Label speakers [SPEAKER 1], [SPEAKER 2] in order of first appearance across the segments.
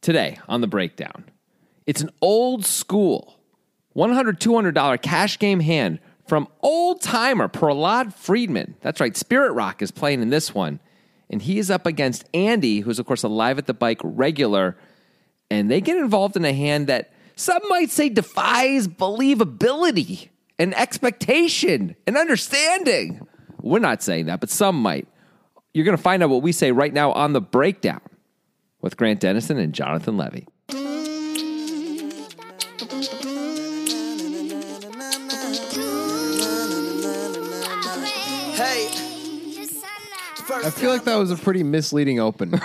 [SPEAKER 1] today on the breakdown. It's an old school $100, $200 cash game hand from old timer Prahlad Friedman. That's right, Spirit Rock is playing in this one. And he is up against Andy, who's, of course, a live at the bike regular. And they get involved in a hand that some might say defies believability and expectation and understanding. We're not saying that, but some might. You're going to find out what we say right now on the breakdown with Grant Dennison and Jonathan Levy.
[SPEAKER 2] Hey,
[SPEAKER 3] I feel like that was a pretty misleading open.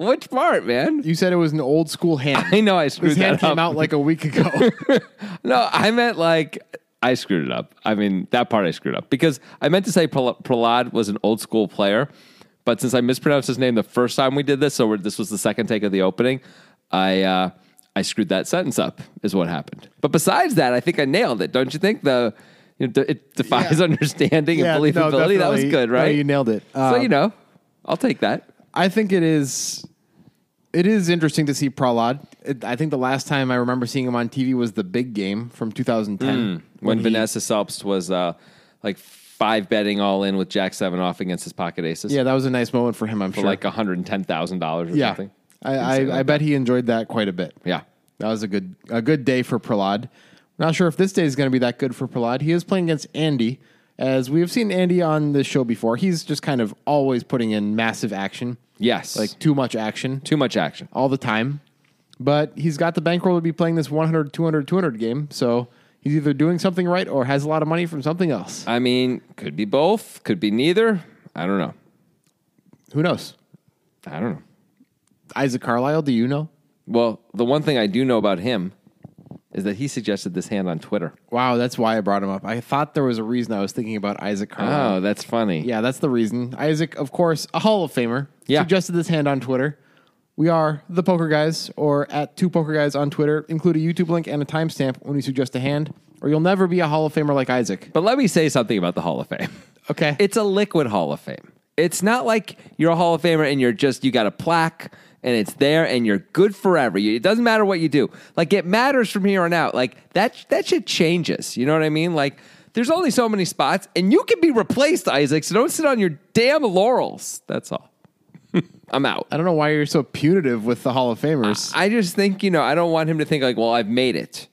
[SPEAKER 1] Which part, man?
[SPEAKER 3] You said it was an old school hand.
[SPEAKER 1] I know I screwed
[SPEAKER 3] This hand
[SPEAKER 1] that up.
[SPEAKER 3] came out like a week ago.
[SPEAKER 1] No, I meant like I screwed it up. I mean that part I screwed up because I meant to say Pra- Prahlad was an old school player, but since I mispronounced his name the first time we did this, so we're, this was the second take of the opening. I uh, I screwed that sentence up is what happened. But besides that, I think I nailed it. Don't you think the you know, it defies
[SPEAKER 3] Yeah.
[SPEAKER 1] understanding
[SPEAKER 3] Yeah,
[SPEAKER 1] and
[SPEAKER 3] no,
[SPEAKER 1] believability? that was
[SPEAKER 3] definitely.
[SPEAKER 1] good,
[SPEAKER 3] No,
[SPEAKER 1] right?
[SPEAKER 3] you nailed it.
[SPEAKER 1] so
[SPEAKER 3] Um,
[SPEAKER 1] you know, I'll take that.
[SPEAKER 3] I think it is. It is interesting to see Prahlad. It, I think the last time I remember seeing him on TV was the big game from 2010.
[SPEAKER 1] Hmm, when,
[SPEAKER 3] he-
[SPEAKER 1] Vanessa Selps was uh, like five betting all in with Jack Seven off against his pocket aces.
[SPEAKER 3] Yeah, that was a nice moment for him. I'm
[SPEAKER 1] for
[SPEAKER 3] sure.
[SPEAKER 1] like hundred and ten thousand dollars or
[SPEAKER 3] yeah,
[SPEAKER 1] something.
[SPEAKER 3] I, I, I bet he enjoyed that quite a bit.
[SPEAKER 1] Yeah.
[SPEAKER 3] That was a good a good day for Prahlad. Not sure if this day is going to be that good for Prahlad. He is playing against Andy, as we have seen Andy on this show before. He's just kind of always putting in massive action.
[SPEAKER 1] Yes.
[SPEAKER 3] Like too much action
[SPEAKER 1] too much action.
[SPEAKER 3] all the time. But he's got the bankroll to be playing this 100, 200, 200 game. So he's either doing something right or has a lot of money from something else.
[SPEAKER 1] I mean, could be both, could be neither. I don't know.
[SPEAKER 3] Who knows?
[SPEAKER 1] I don't know.
[SPEAKER 3] Isaac Carlisle, do you know?
[SPEAKER 1] Well, the one thing I do know about him is that he suggested this hand on Twitter.
[SPEAKER 3] Wow, that's why I brought him up. I thought there was a reason I was thinking about Isaac Carlisle.
[SPEAKER 1] Oh, that's funny.
[SPEAKER 3] Yeah, that's the reason. Isaac, of course, a Hall of Famer,
[SPEAKER 1] Yeah.
[SPEAKER 3] suggested this hand on Twitter. We are the Poker Guys, or at Two Poker Guys on Twitter. Include a YouTube link and a timestamp when you suggest a hand, or you'll never be a Hall of Famer like Isaac.
[SPEAKER 1] But let me say something about the Hall of Fame.
[SPEAKER 3] Okay.
[SPEAKER 1] It's a liquid Hall of Fame. It's not like you're a Hall of Famer and you're just, you got a plaque and it's there and you're good forever. You- It doesn't matter what you do. Like, it matters from here on out. Like, that, that shit changes. You know what I mean? Like, there's only so many spots and you can be replaced, Isaac. So don't sit on your damn laurels. That's all. I'm out.
[SPEAKER 3] I don't know why you're so punitive with the Hall of Famers.
[SPEAKER 1] I just think, you know, I don't want him to think like, well, I've made it.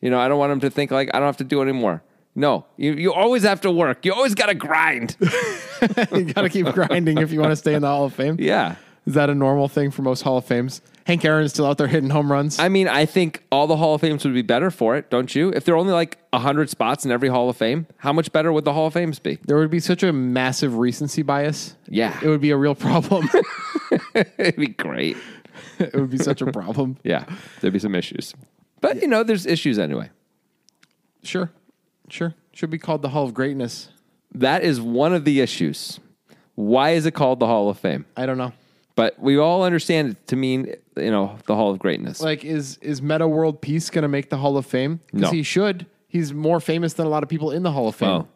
[SPEAKER 1] You know, I don't want him to think like, I don't have to do anymore. No, you, you always have to work. You always got to grind.
[SPEAKER 3] you got to keep grinding if you want to stay in the Hall of Fame.
[SPEAKER 1] yeah.
[SPEAKER 3] Is that a normal thing for most Hall of Fames? Hank Aaron's still out there hitting home runs.
[SPEAKER 1] I mean, I think all the Hall of Fames would be better for it, don't you? If there are only like 100 spots in every Hall of Fame, how much better would the Hall of Fames be?
[SPEAKER 3] there would be such a massive recency bias.
[SPEAKER 1] Yeah.
[SPEAKER 3] It would be a real problem.
[SPEAKER 1] It'd be great.
[SPEAKER 3] it would be such a problem.
[SPEAKER 1] Yeah. There'd be some issues. But, you know, there's issues anyway.
[SPEAKER 3] Sure. Sure. Should be called the Hall of Greatness.
[SPEAKER 1] That is one of the issues. Why is it called the Hall of Fame?
[SPEAKER 3] I don't know.
[SPEAKER 1] But we all understand it to mean, you know, the Hall of Greatness.
[SPEAKER 3] Like, is is Meta World Peace going to make the Hall of Fame?
[SPEAKER 1] No.
[SPEAKER 3] Because he should. He's more famous than a lot of people in the Hall of Fame.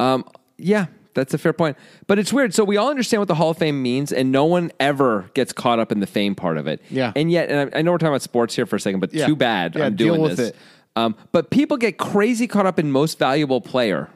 [SPEAKER 1] Oh. Um, yeah, that's a fair point. But it's weird. So we all understand what the Hall of Fame means, and no one ever gets caught up in the fame part of it.
[SPEAKER 3] Yeah.
[SPEAKER 1] And yet, and I, I know we're talking about sports here for a second, but
[SPEAKER 3] Yeah.
[SPEAKER 1] too bad
[SPEAKER 3] Yeah,
[SPEAKER 1] I'm
[SPEAKER 3] deal
[SPEAKER 1] doing
[SPEAKER 3] with
[SPEAKER 1] this.
[SPEAKER 3] it.
[SPEAKER 1] Um, but people get crazy caught up in most valuable player.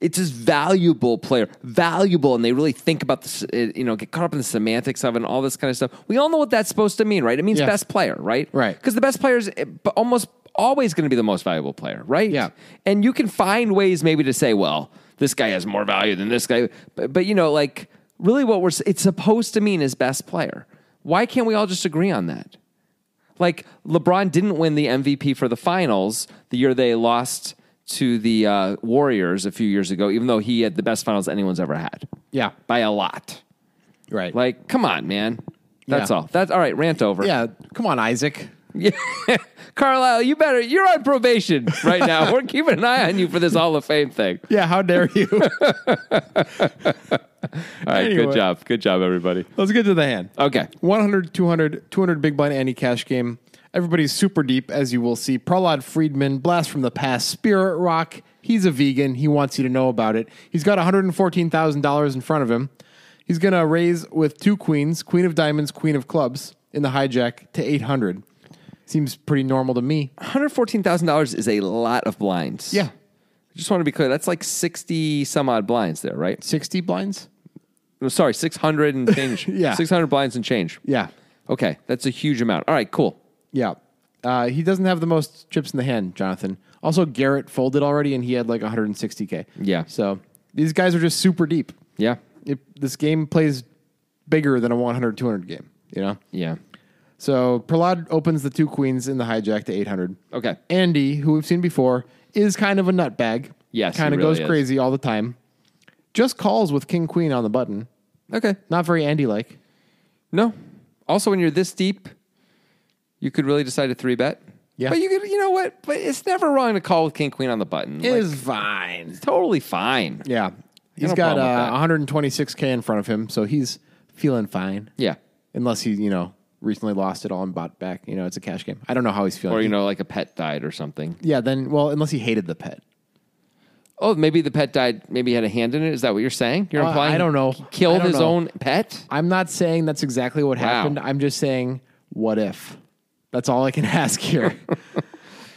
[SPEAKER 1] It's just valuable player, valuable, and they really think about this. uh, You know, get caught up in the semantics of it and all this kind of stuff. We all know what that's supposed to mean, right? It means
[SPEAKER 3] Yeah.
[SPEAKER 1] best player, right?
[SPEAKER 3] Right.
[SPEAKER 1] Because the best player is uh, b- almost always going to be the most valuable player, right?
[SPEAKER 3] Yeah.
[SPEAKER 1] And you can find ways maybe to say, well, this guy has more value than this guy. But, but you know, like really what we're, s- it's supposed to mean is best player. Why can't we all just agree on that? Like LeBron didn't win the MVP for the finals the year they lost to the uh, Warriors a few years ago, even though he had the best finals anyone's ever had.
[SPEAKER 3] Yeah.
[SPEAKER 1] By a lot.
[SPEAKER 3] Right. Like,
[SPEAKER 1] Like, come on, man. That's
[SPEAKER 3] Yeah.
[SPEAKER 1] all. That's all right. Rant over.
[SPEAKER 3] yeah. Come on, Isaac.
[SPEAKER 1] Yeah. Carlisle, you better. You're on probation right now. We're keeping an eye on you for this Hall of Fame thing.
[SPEAKER 3] Yeah. How dare you?
[SPEAKER 1] All right, good
[SPEAKER 3] Anyway.
[SPEAKER 1] job. Good job, everybody.
[SPEAKER 3] Let's get to the hand.
[SPEAKER 1] Okay.
[SPEAKER 3] 100, 200, 200 big blind anti cash game. Everybody's super deep, as you will see. Prahlad Friedman, blast from the past, Spirit Rock. He's a vegan. He wants you to know about it. He's got $114,000 in front of him. He's going to raise with two queens Queen of Diamonds, Queen of Clubs. in the hijack to 800. Seems pretty normal to me.
[SPEAKER 1] $114,000 is a lot of blinds.
[SPEAKER 3] Yeah.
[SPEAKER 1] I just want to be clear. That's like 60 some odd blinds there, right?
[SPEAKER 3] 60 blinds?
[SPEAKER 1] No, sorry, 600 and change.
[SPEAKER 3] Yeah.
[SPEAKER 1] 600 blinds and change.
[SPEAKER 3] Yeah.
[SPEAKER 1] Okay. That's a huge amount. All right, cool.
[SPEAKER 3] Yeah. Uh, he doesn't have the most chips in the hand, Jonathan. Also, Garrett folded already and he had like 160K.
[SPEAKER 1] Yeah.
[SPEAKER 3] So these guys are just super deep.
[SPEAKER 1] Yeah.
[SPEAKER 3] It, this game plays bigger than a 100, 200 game, you know?
[SPEAKER 1] Yeah.
[SPEAKER 3] So Prahlad opens the two queens in the hijack to 800.
[SPEAKER 1] Okay.
[SPEAKER 3] Andy, who we've seen before, is kind of a nutbag.
[SPEAKER 1] Yes, he
[SPEAKER 3] Kind of
[SPEAKER 1] really
[SPEAKER 3] goes
[SPEAKER 1] is.
[SPEAKER 3] crazy all the time. Just calls with king queen on the button.
[SPEAKER 1] Okay.
[SPEAKER 3] Not very Andy like.
[SPEAKER 1] No. Also, when you're this deep, you could really decide to three bet.
[SPEAKER 3] Yeah.
[SPEAKER 1] But you could, you know what? But it's never wrong to call with king queen on the button. Like,
[SPEAKER 3] is fine.
[SPEAKER 1] totally fine.
[SPEAKER 3] Yeah. He's
[SPEAKER 1] no
[SPEAKER 3] got
[SPEAKER 1] problem with
[SPEAKER 3] uh,
[SPEAKER 1] that.
[SPEAKER 3] 126K in front of him, so he's feeling fine.
[SPEAKER 1] Yeah.
[SPEAKER 3] Unless he, you know, recently lost it all and bought back. You know, it's a cash game. I don't know how he's feeling.
[SPEAKER 1] Or, you know, like a pet died or something.
[SPEAKER 3] yeah, then, well, unless he hated the pet.
[SPEAKER 1] Oh, maybe the pet died. Maybe he had a hand in it. Is that what you're saying? You're
[SPEAKER 3] Uh,
[SPEAKER 1] implying
[SPEAKER 3] I don't know.
[SPEAKER 1] he killed
[SPEAKER 3] I don't
[SPEAKER 1] his
[SPEAKER 3] know.
[SPEAKER 1] own pet?
[SPEAKER 3] I'm not saying that's exactly what happened. I'm just saying, what if? That's all I can ask here.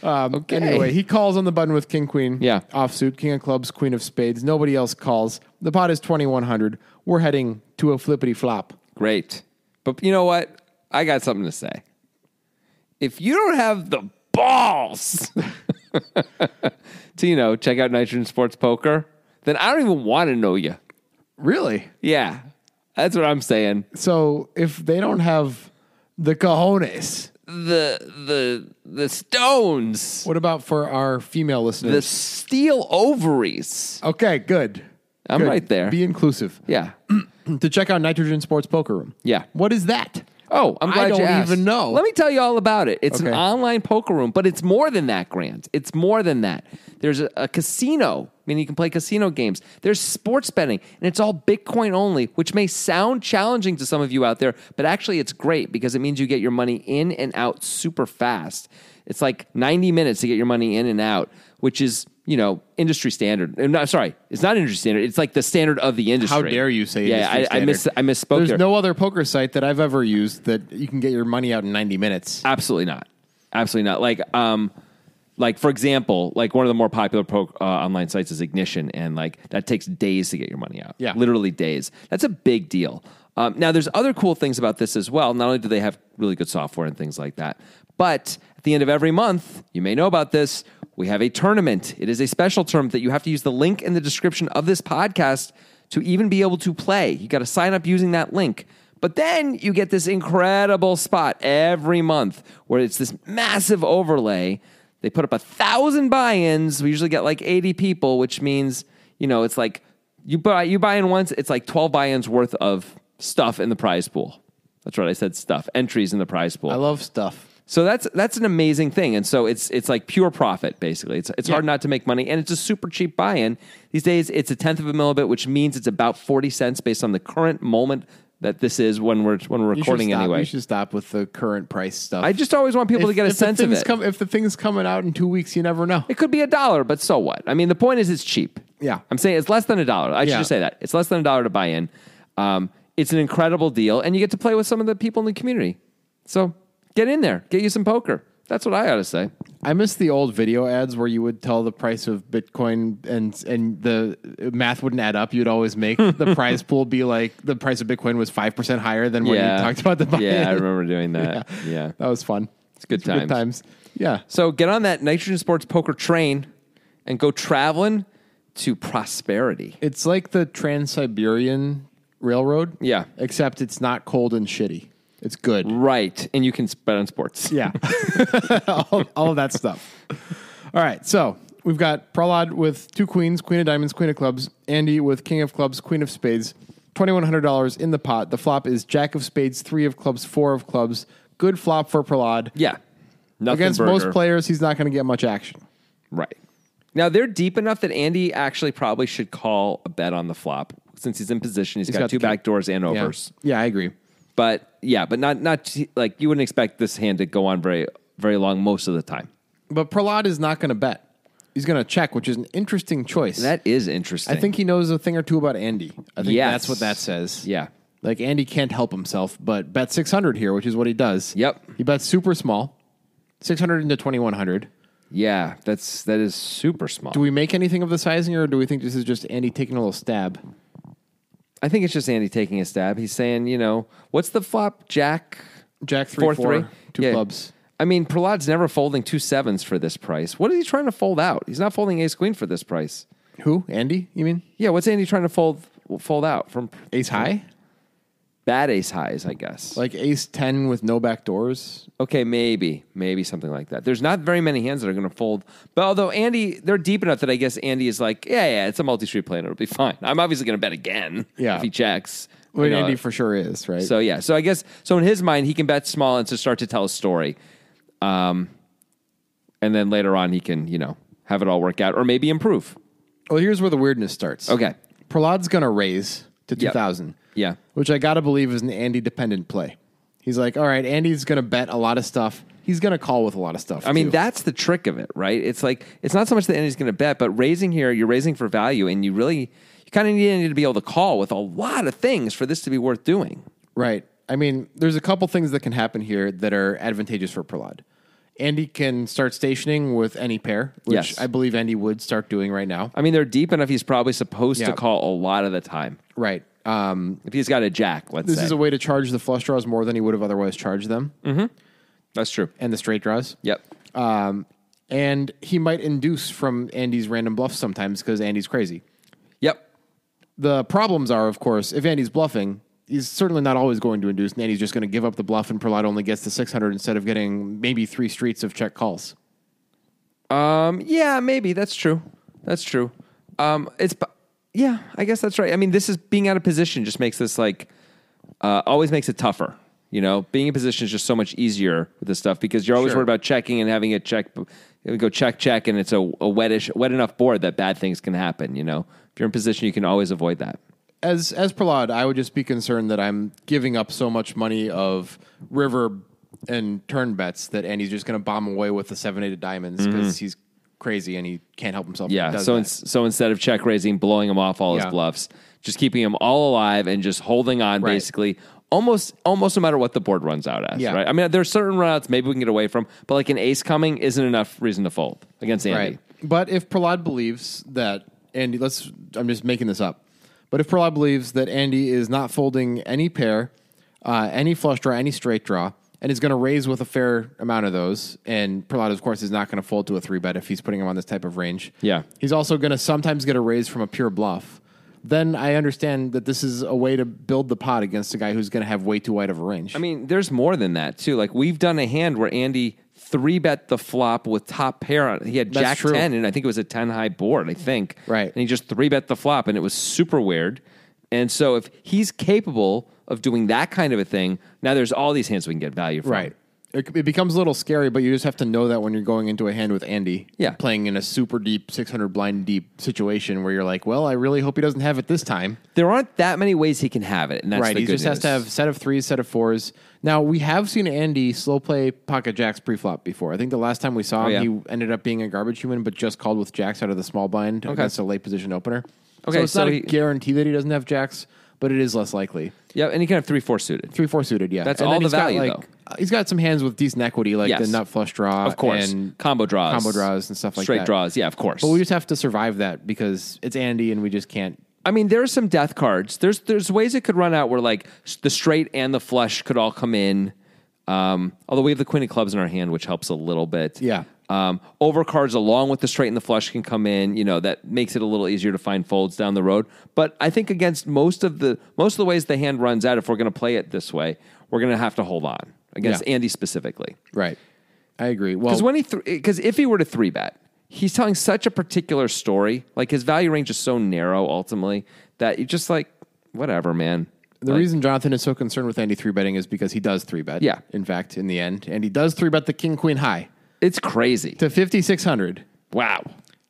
[SPEAKER 3] um,
[SPEAKER 1] Okay.
[SPEAKER 3] Anyway, he calls on the button with King Queen.
[SPEAKER 1] Yeah.
[SPEAKER 3] Offsuit, King of Clubs, Queen of Spades. Nobody else calls. The pot is 2100. We're heading to a flippity flop.
[SPEAKER 1] Great. But you know what? I got something to say. If you don't have the balls to, you know, check out Nitrogen Sports Poker, then I don't even want to know you.
[SPEAKER 3] Really?
[SPEAKER 1] Yeah. That's what I'm saying.
[SPEAKER 3] So if they don't have the cojones,
[SPEAKER 1] The the the stones,
[SPEAKER 3] what about for our female
[SPEAKER 1] the
[SPEAKER 3] listeners?
[SPEAKER 1] steel ovaries.
[SPEAKER 3] okay, good.
[SPEAKER 1] I'm
[SPEAKER 3] Good.
[SPEAKER 1] right there.
[SPEAKER 3] Be inclusive.
[SPEAKER 1] Yeah.
[SPEAKER 3] to check out Nitrogen Sports Poker Room.
[SPEAKER 1] Yeah.
[SPEAKER 3] What is that?
[SPEAKER 1] Oh, I'm
[SPEAKER 3] I
[SPEAKER 1] glad you
[SPEAKER 3] don't
[SPEAKER 1] asked.
[SPEAKER 3] even know.
[SPEAKER 1] Let me tell you all about it. It's an
[SPEAKER 3] Okay.
[SPEAKER 1] online poker room, but it's more than that, Grant. It's more than that. There's a, a casino, I mean, you can play casino games. There's sports betting, and it's all Bitcoin only, which may sound challenging to some of you out there, but actually it's great because it means you get your money in and out super fast. It's like 90 minutes to get your money in and out, which is, you know, industry standard. Uh, No, sorry, it's not industry standard. It's like the standard of the industry.
[SPEAKER 3] dare you say
[SPEAKER 1] Yeah,
[SPEAKER 3] industry
[SPEAKER 1] I, I, miss, I
[SPEAKER 3] standard.
[SPEAKER 1] misspoke
[SPEAKER 3] There's
[SPEAKER 1] there.
[SPEAKER 3] no other poker site that I've ever used that you can get your money out in 90 minutes.
[SPEAKER 1] Absolutely not. Absolutely not. Like, um, like for example, like one of the more popular pro, uh, online sites is Ignition, and like that takes days to get your money out.
[SPEAKER 3] Yeah.
[SPEAKER 1] literally days. That's a big deal. Um, now, there's other cool things about this as well. Not only do they have really good software and things like that, but at the end of every month, you may know about this. We have a tournament. It is a special tournament that you have to use the link in the description of this podcast to even be able to play. You got to sign up using that link. But then you get this incredible spot every month where it's this massive overlay. They put up a thousand buy-ins. We usually get like 80 people, which means, you know, it's like you buy you buy in once, it's like 12 buy-ins worth of stuff in the prize pool. That's right, I said stuff. Entries in the prize pool.
[SPEAKER 3] I love stuff.
[SPEAKER 1] So that's that's an amazing thing, and so it's it's like pure profit basically. It's it's hard not to make money, and it's a super cheap buy-in these days. It's a tenth of a millibit, which means it's about forty cents based on the current moment that this is when we're when we're
[SPEAKER 3] You should
[SPEAKER 1] recording
[SPEAKER 3] stop.
[SPEAKER 1] anyway.
[SPEAKER 3] You should stop with the current price stuff.
[SPEAKER 1] I just always want people to get a
[SPEAKER 3] the
[SPEAKER 1] sense of
[SPEAKER 3] thing's
[SPEAKER 1] it.
[SPEAKER 3] Come, if the thing's coming out in two weeks, you never know.
[SPEAKER 1] it could be a dollar, but so what? I mean, the point is it's cheap.
[SPEAKER 3] Yeah.
[SPEAKER 1] I'm saying it's less than a dollar. I should
[SPEAKER 3] Yeah.
[SPEAKER 1] just say that it's less than a dollar to buy in. Um, it's an incredible deal, and you get to play with some of the people in the community. So get in there, get you some poker. That's what I ought to say.
[SPEAKER 3] I miss the old video ads where you would tell the price of Bitcoin and and the math wouldn't add up. You'd always make the prize pool be like the price of Bitcoin was five percent higher than when you talked about the buy
[SPEAKER 1] Yeah, I remember doing that. yeah.
[SPEAKER 3] that was fun. It's
[SPEAKER 1] good
[SPEAKER 3] Good
[SPEAKER 1] times.
[SPEAKER 3] times. Yeah.
[SPEAKER 1] So get on that nitrogen sports poker train and go traveling to prosperity.
[SPEAKER 3] It's like the Trans Siberian Railroad.
[SPEAKER 1] Yeah.
[SPEAKER 3] Except it's not cold and shitty. It's good.
[SPEAKER 1] Right. And you can bet on sports.
[SPEAKER 3] Yeah. all, all of that stuff. All right. So we've got Prahlad with two queens, queen of diamonds, queen of clubs, Andy with king of clubs, queen of spades, $2,100 in the pot. The flop is jack of spades, three of clubs, four of clubs. Good flop for Prahlad.
[SPEAKER 1] Yeah. Nothing
[SPEAKER 3] Against
[SPEAKER 1] burger.
[SPEAKER 3] most players, he's not going to get much action.
[SPEAKER 1] Right. Now they're deep enough that Andy actually probably should call a bet on the flop since he's in position. he's got,
[SPEAKER 3] got
[SPEAKER 1] two
[SPEAKER 3] the king.
[SPEAKER 1] back doors and
[SPEAKER 3] Yeah.
[SPEAKER 1] overs.
[SPEAKER 3] yeah, I agree.
[SPEAKER 1] But yeah, but not not like you wouldn't expect this hand to go on very very long most of the time.
[SPEAKER 3] But Prahlad is not going to bet. He's going to check, which is an interesting choice.
[SPEAKER 1] That is interesting.
[SPEAKER 3] I think he knows a thing or two about Andy. I think
[SPEAKER 1] Yes.
[SPEAKER 3] that's what that says.
[SPEAKER 1] Yeah.
[SPEAKER 3] Like Andy can't help himself, but bet 600 here, which is what he does.
[SPEAKER 1] Yep.
[SPEAKER 3] He bets super small, 600 into 2100.
[SPEAKER 1] Yeah, that's that is super small.
[SPEAKER 3] Do we make anything of the sizing, or do we think this is just Andy taking a little stab?
[SPEAKER 1] I think it's just Andy taking a stab. He's saying, you know, what's the flop? Jack
[SPEAKER 3] Jack three,
[SPEAKER 1] four
[SPEAKER 3] four,
[SPEAKER 1] three,
[SPEAKER 3] two clubs.
[SPEAKER 1] I mean, Prahlad's never folding two sevens for this price. What is he trying to fold out? He's not folding ace queen for this price.
[SPEAKER 3] Who? Andy? You mean
[SPEAKER 1] Yeah, what's Andy trying to fold fold out from
[SPEAKER 3] ace high?
[SPEAKER 1] bad ace highs? I guess.
[SPEAKER 3] Like ace 10 with no back doors?
[SPEAKER 1] Okay, maybe, maybe something like that. There's not very many hands that are going to fold. But although Andy, they're deep enough that I guess Andy is like, yeah, yeah, it's a multi-street player. It'll be fine. I'm obviously going to bet again
[SPEAKER 3] Yeah.
[SPEAKER 1] if he checks.
[SPEAKER 3] What
[SPEAKER 1] You know,
[SPEAKER 3] Andy for sure is, right?
[SPEAKER 1] So yeah, so I guess so in his mind he can bet small and to start to tell a story, um, and then later on he can you know have it all work out or maybe improve.
[SPEAKER 3] well, here's where the weirdness starts.
[SPEAKER 1] Okay.
[SPEAKER 3] Prahlad's going to raise to
[SPEAKER 1] Yep.
[SPEAKER 3] 2000.
[SPEAKER 1] Yeah.
[SPEAKER 3] Which I got to believe is an Andy dependent play. He's like, all right, Andy's going to bet a lot of stuff. He's going to call with a lot of stuff.
[SPEAKER 1] I mean
[SPEAKER 3] too.
[SPEAKER 1] that's the trick of it, right? It's like it's not so much that Andy's going to bet, but raising here you're raising for value, and you really you kind of need Andy to be able to call with a lot of things for this to be worth doing.
[SPEAKER 3] Right. I mean, there's a couple things that can happen here that are advantageous for Prahlad. Andy can start stationing with any pair, which
[SPEAKER 1] Yes.
[SPEAKER 3] I believe Andy would start doing right now.
[SPEAKER 1] I mean they're deep enough; he's probably supposed
[SPEAKER 3] Yeah.
[SPEAKER 1] to call a lot of the time.
[SPEAKER 3] Right. Um,
[SPEAKER 1] If he's got a jack, let's
[SPEAKER 3] this
[SPEAKER 1] say
[SPEAKER 3] is a way to charge the flush draws more than he would have otherwise charged them
[SPEAKER 1] Mm. that's true.
[SPEAKER 3] and the straight draws.
[SPEAKER 1] Yep.
[SPEAKER 3] Um, and he might induce from Andy's random bluffs sometimes because Andy's crazy.
[SPEAKER 1] Yep.
[SPEAKER 3] The problems are, of course, if Andy's bluffing, he's certainly not always going to induce, and Andy's just going to give up the bluff, and Prahlad only gets the 600 instead of getting maybe three streets of check calls.
[SPEAKER 1] Um, yeah, maybe that's true. That's true. Um, it's po- yeah, I guess that's right. I mean, this is being out of position just makes this like uh, always makes it tougher. You know, being in position is just so much easier with this stuff because you're always
[SPEAKER 3] Sure.
[SPEAKER 1] worried about checking and having it check. It would go check, check, and it's a, a wetish, wet enough board that bad things can happen. You know, if you're in position, you can always avoid that.
[SPEAKER 3] as as Prahlad, I would just be concerned that I'm giving up so much money of river and turn bets that Andy's just going to bomb away with the seven eight of diamonds because he's crazy and he can't help himself. if he
[SPEAKER 1] Mm-hmm. Yeah.
[SPEAKER 3] does
[SPEAKER 1] So
[SPEAKER 3] that.
[SPEAKER 1] in, so instead of check raising, blowing him off all
[SPEAKER 3] Yeah.
[SPEAKER 1] his bluffs, just keeping him all alive and just holding on
[SPEAKER 3] Right.
[SPEAKER 1] basically. Almost, almost no matter what the board runs out as,
[SPEAKER 3] Yeah.
[SPEAKER 1] right? I mean, there's certain runouts maybe we can get away from, but like an ace coming isn't enough reason to fold against Andy.
[SPEAKER 3] right. But if Prahlad believes that Andy, let's I'm just making this up, but if Prahlad believes that Andy is not folding any pair, uh, any flush draw, any straight draw. And is going to raise with a fair amount of those. And Prahlad, of course, is not going to fold to a three bet if he's putting him on this type of range.
[SPEAKER 1] Yeah.
[SPEAKER 3] He's also going to sometimes get a raise from a pure bluff. Then I understand that this is a way to build the pot against a guy who's going to have way too wide of a range.
[SPEAKER 1] I mean, there's more than that too. Like we've done a hand where Andy three bet the flop with top pair on. He had
[SPEAKER 3] That's
[SPEAKER 1] Jack
[SPEAKER 3] true.
[SPEAKER 1] ten, and I think it was a ten high board. I think
[SPEAKER 3] Right.
[SPEAKER 1] and he just three bet the flop, and it was super weird. And so if he's capable of doing that kind of a thing, now there's all these hands we can get value from.
[SPEAKER 3] right. It, it becomes a little scary, but you just have to know that when you're going into a hand with Andy,
[SPEAKER 1] Yeah.
[SPEAKER 3] playing in a super deep 600 blind deep situation where you're like, well, I really hope he doesn't have it this time.
[SPEAKER 1] There aren't that many ways he can have it, and that's
[SPEAKER 3] right.
[SPEAKER 1] the
[SPEAKER 3] He
[SPEAKER 1] good
[SPEAKER 3] just has to
[SPEAKER 1] news.
[SPEAKER 3] have set of threes, set of fours. Now, we have seen Andy slow play pocket jacks pre-flop before. I think the last time we saw him,
[SPEAKER 1] Oh, yeah.
[SPEAKER 3] he ended up being a garbage human, but just called with jacks out of the small blind against a late position opener.
[SPEAKER 1] Okay,
[SPEAKER 3] so it's
[SPEAKER 1] so
[SPEAKER 3] not a
[SPEAKER 1] he-
[SPEAKER 3] guarantee that he doesn't have jacks, but it is less likely.
[SPEAKER 1] yeah, and he can have three four suited.
[SPEAKER 3] Three four suited, yeah.
[SPEAKER 1] That's
[SPEAKER 3] and
[SPEAKER 1] all
[SPEAKER 3] then
[SPEAKER 1] the
[SPEAKER 3] he's got,
[SPEAKER 1] value,
[SPEAKER 3] like, uh, He's got some hands with decent equity, like the
[SPEAKER 1] Yes.
[SPEAKER 3] nut flush draw,
[SPEAKER 1] Of course,
[SPEAKER 3] and
[SPEAKER 1] combo draws,
[SPEAKER 3] combo draws and stuff like
[SPEAKER 1] straight
[SPEAKER 3] that.
[SPEAKER 1] draws. Yeah, of course.
[SPEAKER 3] But we just have to survive that because it's Andy, and we just can't.
[SPEAKER 1] I mean, there are some death cards. There's there's ways it could run out where like s- the straight and the flush could all come in. Um, although we have the queen of clubs in our hand, which helps a little bit.
[SPEAKER 3] Yeah.
[SPEAKER 1] Um, overcards along with the straight and the flush can come in. You know that makes it a little easier to find folds down the road. But I think against most of the most of the ways the hand runs out, if we're going to play it this way, we're going to have to hold on against
[SPEAKER 3] Yeah.
[SPEAKER 1] Andy specifically.
[SPEAKER 3] Right. I agree. Well,
[SPEAKER 1] Because when he because if he were to three bet, he's telling such a particular story. Like his value range is so narrow ultimately that you just like whatever, man.
[SPEAKER 3] The reason Jonathan is so concerned with Andy three betting is because he does three bet.
[SPEAKER 1] Yeah.
[SPEAKER 3] In fact, in the end, and he does three bet the king queen high
[SPEAKER 1] It's crazy.
[SPEAKER 3] to fifty six hundred.
[SPEAKER 1] Wow.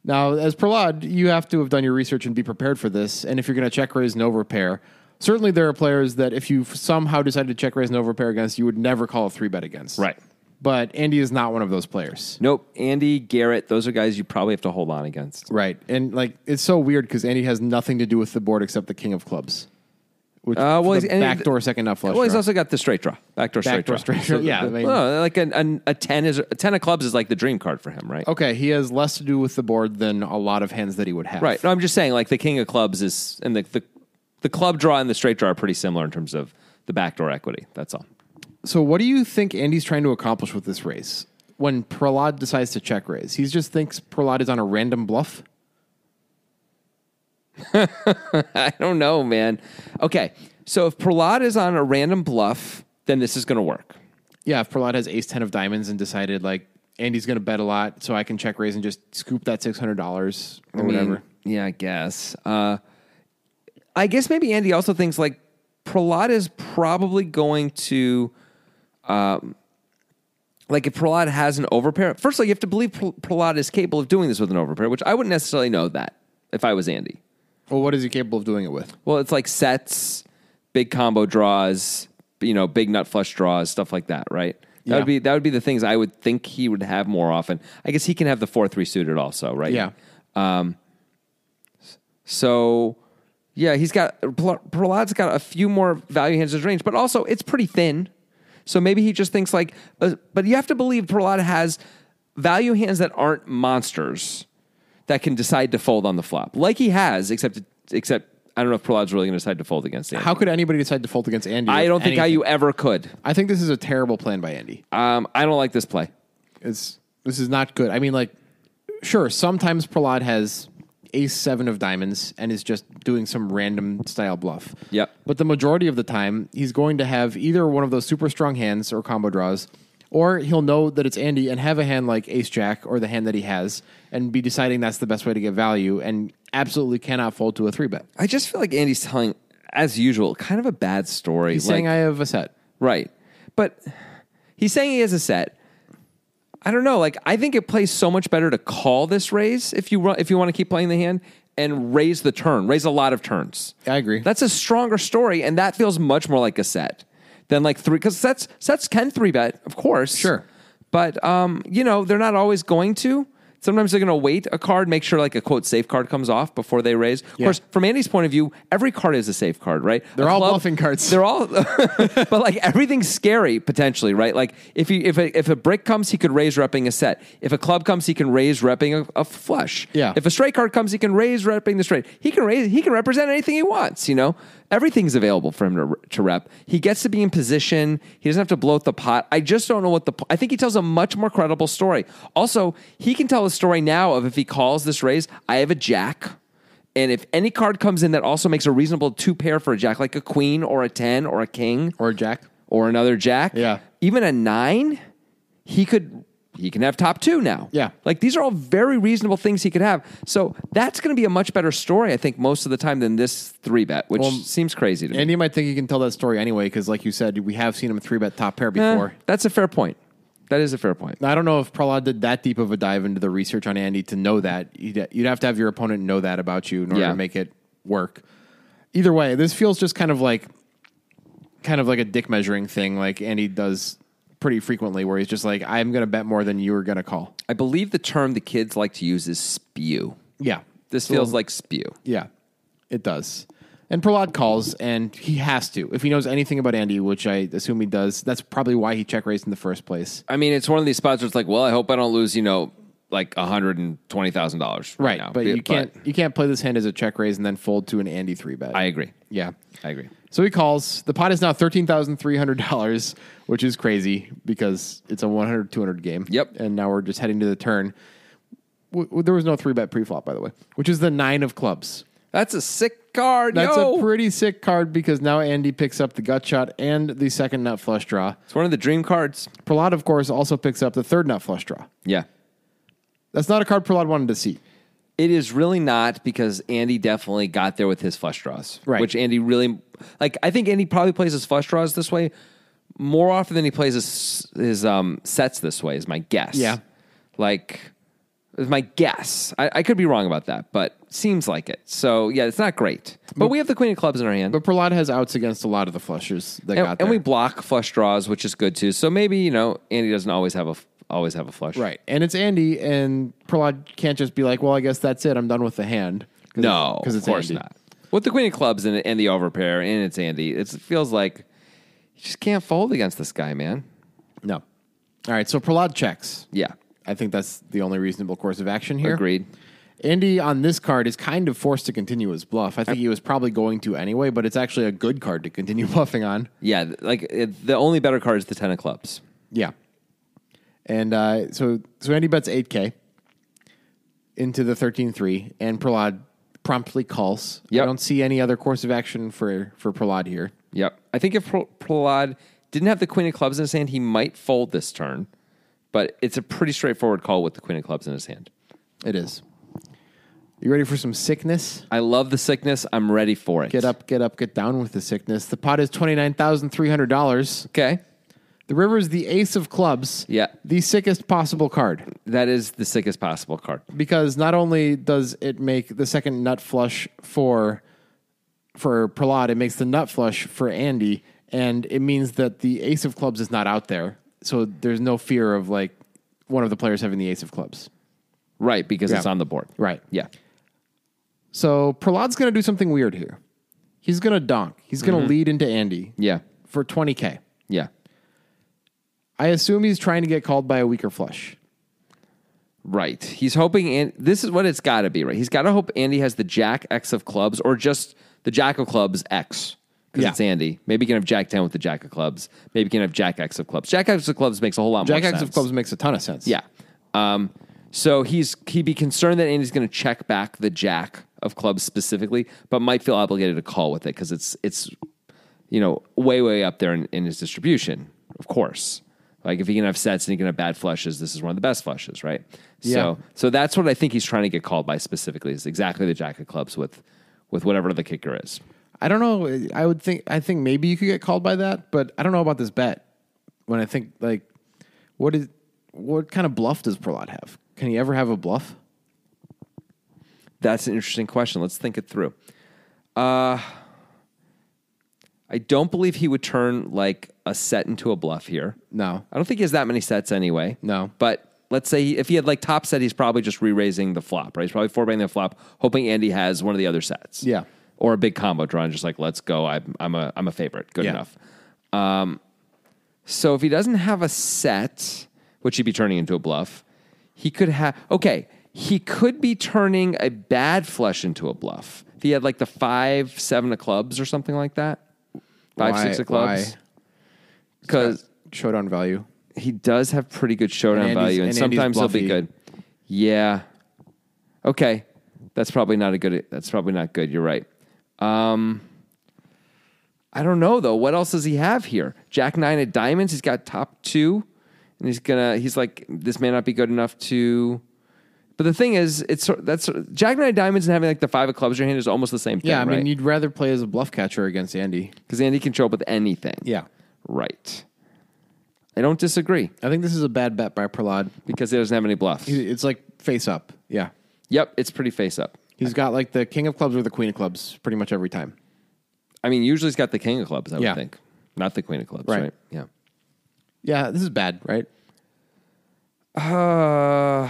[SPEAKER 3] Now, as Prahlad, you have to have done your research and be prepared for this. And if you're going to check raise and overpair, certainly there are players that if you somehow decided to check raise and overpair against, you would never call a three bet against.
[SPEAKER 1] Right.
[SPEAKER 3] But Andy is not one of those players.
[SPEAKER 1] Nope. Andy Garrett. Those are guys you probably have to hold on against.
[SPEAKER 3] Right. And like it's so weird because Andy has nothing to do with the board except the king of clubs. which
[SPEAKER 1] Uh, well,
[SPEAKER 3] for
[SPEAKER 1] he's-
[SPEAKER 3] the
[SPEAKER 1] and-
[SPEAKER 3] backdoor second up flush.
[SPEAKER 1] Well, he's
[SPEAKER 3] draw.
[SPEAKER 1] also got the straight draw, backdoor straight
[SPEAKER 3] Backdoor
[SPEAKER 1] draw.
[SPEAKER 3] straight draw, yeah, I mean-
[SPEAKER 1] well, like an, an, a ten is a ten of clubs is like the dream card for him, right?
[SPEAKER 3] okay, he has less to do with the board than a lot of hands that he would have.
[SPEAKER 1] Right. No, I'm just saying, like the king of clubs is, and the, the the club draw and the straight draw are pretty similar in terms of the backdoor equity. That's all.
[SPEAKER 3] So, what do you think Andy's trying to accomplish with this race? When Prahlad decides to check raise, he just thinks Prahlad is on a random bluff.
[SPEAKER 1] I don't know, man. Okay, so if Prahlad is on a random bluff, then this is going to work.
[SPEAKER 3] Yeah, if Prahlad has ace 10 of diamonds and decided, like, Andy's going to bet a lot, so I can check raise and just scoop that $600 or
[SPEAKER 1] I mean,
[SPEAKER 3] whatever.
[SPEAKER 1] Yeah, I guess. Uh, I guess maybe Andy also thinks like Prahlad is probably going to, um, like if Prahlad has an overpair. First, like you have to believe Pr- Prahlad is capable of doing this with an overpair, which I wouldn't necessarily know that if I was Andy.
[SPEAKER 3] Well, what is he capable of doing it with?
[SPEAKER 1] Well, it's like sets, big combo draws, you know, big nut flush draws, stuff like that, right? That
[SPEAKER 3] Yeah.
[SPEAKER 1] would be that would be the things I would think he would have more often. I guess he can have the four three suited also, right? Uh,
[SPEAKER 3] Yeah.
[SPEAKER 1] So, yeah, he's got Pra- Prahlad's got a few more value hands in his range, but also it's pretty thin. So maybe he just thinks like, uh, but you have to believe Prahlad has value hands that aren't monsters that can decide to fold on the flop, like he has, except except I don't know if Prahlad's really going to decide to fold against Andy.
[SPEAKER 3] How could anybody decide to fold against Andy?
[SPEAKER 1] I
[SPEAKER 3] with
[SPEAKER 1] don't think how
[SPEAKER 3] anything?
[SPEAKER 1] you ever could.
[SPEAKER 3] I think this is a terrible plan by Andy.
[SPEAKER 1] Um, I don't like this play.
[SPEAKER 3] It's this is not good. I mean, like, sure, sometimes Prahlad has ace seven of diamonds and is just doing some random style bluff.
[SPEAKER 1] Yep.
[SPEAKER 3] But the majority of the time, he's going to have either one of those super strong hands or combo draws, or he'll know that it's Andy and have a hand like ace jack or the hand that he has and be deciding that's the best way to get value and absolutely cannot fold to a three bet.
[SPEAKER 1] I just feel like Andy's telling, as usual, kind of a bad story.
[SPEAKER 3] He's saying
[SPEAKER 1] Like-
[SPEAKER 3] I have a set.
[SPEAKER 1] Right. But he's saying he has a set. I don't know. Like I think it plays so much better to call this raise if you run, if you want to keep playing the hand and raise the turn, raise a lot of turns.
[SPEAKER 3] I agree.
[SPEAKER 1] That's a stronger story, and that feels much more like a set than like three because sets sets can three bet, of course.
[SPEAKER 3] Sure.
[SPEAKER 1] But um, you know, they're not always going to. Sometimes they're going to wait a card, make sure like a quote safe card comes off before they raise. Of course, from Andy's point of view, every card is a safe card, right?
[SPEAKER 3] They're
[SPEAKER 1] A
[SPEAKER 3] all bluffing cards.
[SPEAKER 1] They're all, but like everything's scary potentially, right? Like if you if a, if a brick comes, he could raise repping a set. If a club comes, he can raise repping a, a flush.
[SPEAKER 3] Yeah.
[SPEAKER 1] If a straight card comes, he can raise repping the straight. He can raise. He can represent anything he wants. You know, everything's available for him to to rep. He gets to be in position. He doesn't have to bloat the pot. I just don't know what the. I think he tells a much more credible story. Also, he can tell a story now of if he calls this raise, I have a jack. And if any card comes in that also makes a reasonable two pair for a jack, like a queen or a 10 or a king
[SPEAKER 3] Or Jack.
[SPEAKER 1] or another jack,
[SPEAKER 3] Yeah.
[SPEAKER 1] even a nine, he could he can have top two now.
[SPEAKER 3] Yeah.
[SPEAKER 1] Like these are all very reasonable things he could have. So that's gonna be a much better story, I think, most of the time than this three bet, which seems crazy to me.
[SPEAKER 3] Andy might think he can tell that story anyway, because like you said, we have seen him three bet top pair
[SPEAKER 1] Eh,
[SPEAKER 3] before.
[SPEAKER 1] that's a fair point. That is a fair point.
[SPEAKER 3] Now, I don't know if Prahlad did that deep of a dive into the research on Andy to know that. You'd, you'd have to have your opponent know that about you in order
[SPEAKER 1] Yeah.
[SPEAKER 3] to make it work. Either way, this feels just kind of like, kind of like a dick measuring thing, like Andy does pretty frequently, where he's just like, "I'm going to bet more than you are going to call."
[SPEAKER 1] I believe the term the kids like to use is spew.
[SPEAKER 3] Yeah,
[SPEAKER 1] This
[SPEAKER 3] So-
[SPEAKER 1] feels like spew.
[SPEAKER 3] yeah, it does. And Prahlad calls, and he has to if he knows anything about Andy, which I assume he does. That's probably why he check raised in the first place.
[SPEAKER 1] I mean, it's one of these spots where it's like, well, I hope I don't lose, you know, like hundred and twenty thousand dollars,
[SPEAKER 3] Right,
[SPEAKER 1] now.
[SPEAKER 3] but you can't you can't play this hand as a check raise and then fold to an Andy three bet.
[SPEAKER 1] I agree.
[SPEAKER 3] yeah.
[SPEAKER 1] I agree.
[SPEAKER 3] So he calls. The pot is now thirteen thousand three hundred dollars, which is crazy because it's a 100 200 game.
[SPEAKER 1] Yep.
[SPEAKER 3] And now we're just heading to the turn. W- w- there was no three bet pre-flop, by the way, which is the nine of clubs.
[SPEAKER 1] That's a sick card.
[SPEAKER 3] That's
[SPEAKER 1] yo.
[SPEAKER 3] a pretty sick card because now Andy picks up the gut shot and the second nut flush draw.
[SPEAKER 1] it's one of the dream cards.
[SPEAKER 3] Prahlad, of course, also picks up the third nut flush draw.
[SPEAKER 1] Yeah.
[SPEAKER 3] That's not a card Prahlad wanted to see.
[SPEAKER 1] It is really not because Andy definitely got there with his flush draws.
[SPEAKER 3] Right.
[SPEAKER 1] Which Andy really like I think Andy probably plays his flush draws this way more often than he plays his his um sets this way is my guess.
[SPEAKER 3] Yeah.
[SPEAKER 1] Like is my guess. I, I could be wrong about that, but seems like it. So yeah, it's not great. But we have the Queen of Clubs in our hand.
[SPEAKER 3] But Prahlad has outs against a lot of the flushers that
[SPEAKER 1] and,
[SPEAKER 3] got there.
[SPEAKER 1] and we block flush draws, which is good too. So maybe, you know, Andy doesn't always have a f- always have a flush.
[SPEAKER 3] Right. And it's Andy, and Prahlad can't just be like, well, I guess that's it. I'm done with the hand.
[SPEAKER 1] No,
[SPEAKER 3] because
[SPEAKER 1] of course not. With the queen of clubs and, and the overpair and it's Andy, it's, it feels like you just can't fold against this guy, man.
[SPEAKER 3] No. All right, so Prahlad checks.
[SPEAKER 1] Yeah.
[SPEAKER 3] I think that's the only reasonable course of action here.
[SPEAKER 1] Agreed.
[SPEAKER 3] Andy on this card is kind of forced to continue his bluff. I think he was probably going to anyway, but it's actually a good card to continue bluffing on.
[SPEAKER 1] Yeah, th- like it, the only better card is the ten of clubs.
[SPEAKER 3] Yeah. And uh, so so Andy bets 8K into the 13-3, and Prahlad promptly calls.
[SPEAKER 1] Yep.
[SPEAKER 3] I don't see any other course of action for, for Prahlad here.
[SPEAKER 1] Yep. I think if Pro- Prahlad didn't have the queen of clubs in his hand, he might fold this turn. But it's a pretty straightforward call with the queen of clubs in his hand.
[SPEAKER 3] It is. You ready for some sickness?
[SPEAKER 1] I love the sickness. I'm ready for it.
[SPEAKER 3] Get up, get up, get down with the sickness. The pot is $29,300.
[SPEAKER 1] Okay.
[SPEAKER 3] The river is the ace of clubs.
[SPEAKER 1] Yeah.
[SPEAKER 3] The sickest possible card.
[SPEAKER 1] That is the sickest possible card.
[SPEAKER 3] Because not only does it make the second nut flush for for Prahlad, it makes the nut flush for Andy, and it means that the ace of clubs is not out there. So there's no fear of like one of the players having the ace of clubs.
[SPEAKER 1] Right, because
[SPEAKER 3] Yeah.
[SPEAKER 1] it's on the board.
[SPEAKER 3] Right.
[SPEAKER 1] Yeah.
[SPEAKER 3] So Prahlad's gonna do something weird here. He's gonna donk. He's gonna lead into Andy
[SPEAKER 1] Yeah.
[SPEAKER 3] for 20k.
[SPEAKER 1] Yeah.
[SPEAKER 3] I assume he's trying to get called by a weaker flush.
[SPEAKER 1] Right. He's hoping, and this is what it's got to be, right? He's got to hope Andy has the Jack X of clubs or just the Jack of clubs X because
[SPEAKER 3] Yeah.
[SPEAKER 1] it's Andy. Maybe you can have Jack 10 with the Jack of clubs. Maybe you can have Jack X of clubs. Jack X of clubs makes a whole lot more
[SPEAKER 3] Jack
[SPEAKER 1] sense.
[SPEAKER 3] X of clubs makes a ton of sense.
[SPEAKER 1] Yeah. Um, so he's he'd be concerned that Andy's going to check back the jack of clubs specifically, but might feel obligated to call with it because it's it's you know way way up there in, in his distribution. Of course, like if he can have sets and he can have bad flushes, this is one of the best flushes, right?
[SPEAKER 3] Yeah.
[SPEAKER 1] So so that's what I think he's trying to get called by specifically is exactly the jack of clubs with with whatever the kicker is.
[SPEAKER 3] I don't know. I would think I think maybe you could get called by that, but I don't know about this bet. When I think like, what is what kind of bluff does Perlot have? Can he ever have a bluff?
[SPEAKER 1] That's an interesting question. Let's think it through. Uh, I don't believe he would turn like a set into a bluff here.
[SPEAKER 3] No.
[SPEAKER 1] I don't think he has that many sets anyway.
[SPEAKER 3] No.
[SPEAKER 1] But let's say he, if he had like top set, he's probably just re raising the flop, right? He's probably four betting the flop, hoping Andy has one of the other sets.
[SPEAKER 3] Yeah.
[SPEAKER 1] Or a big combo draw and just like, let's go. I'm, I'm, a, I'm a favorite. Good
[SPEAKER 3] Yeah.
[SPEAKER 1] enough. Um, so if he doesn't have a set, which he'd be turning into a bluff, he could have, okay, he could be turning a bad flush into a bluff. If he had like the five, seven of clubs or something like that, five,
[SPEAKER 3] Why-
[SPEAKER 1] six of clubs. Because
[SPEAKER 3] Showdown value.
[SPEAKER 1] he does have pretty good
[SPEAKER 3] And
[SPEAKER 1] showdown
[SPEAKER 3] Andy's-
[SPEAKER 1] value, and,
[SPEAKER 3] and Andy's
[SPEAKER 1] sometimes he'll be
[SPEAKER 3] bluffy.
[SPEAKER 1] good. Yeah. Okay, that's probably not a good. That's probably not good. You're right. Um, I don't know though. What else does he have here? Jack nine of diamonds. He's got top two, and he's gonna. He's like this may not be good enough to. But the thing is, it's sort- that's Jack nine of diamonds and having like the five of clubs in your hand is almost the same thing.
[SPEAKER 3] Yeah, I mean,
[SPEAKER 1] right?
[SPEAKER 3] you'd rather play as a bluff catcher against Andy.
[SPEAKER 1] because Andy can show up with anything.
[SPEAKER 3] Yeah,
[SPEAKER 1] Right. I don't disagree
[SPEAKER 3] I think this is a bad bet by Perlot.
[SPEAKER 1] because he doesn't have any bluffs.
[SPEAKER 3] It's like face up. Yeah,
[SPEAKER 1] Yep, it's pretty face up.
[SPEAKER 3] he's got like the king of clubs or the queen of clubs pretty much every time.
[SPEAKER 1] I mean, usually it's got the king of clubs, I
[SPEAKER 3] Yeah.
[SPEAKER 1] would think, not the queen of clubs,
[SPEAKER 3] Right.
[SPEAKER 1] right? Yeah.
[SPEAKER 3] Yeah, this is bad, right?
[SPEAKER 1] Uh,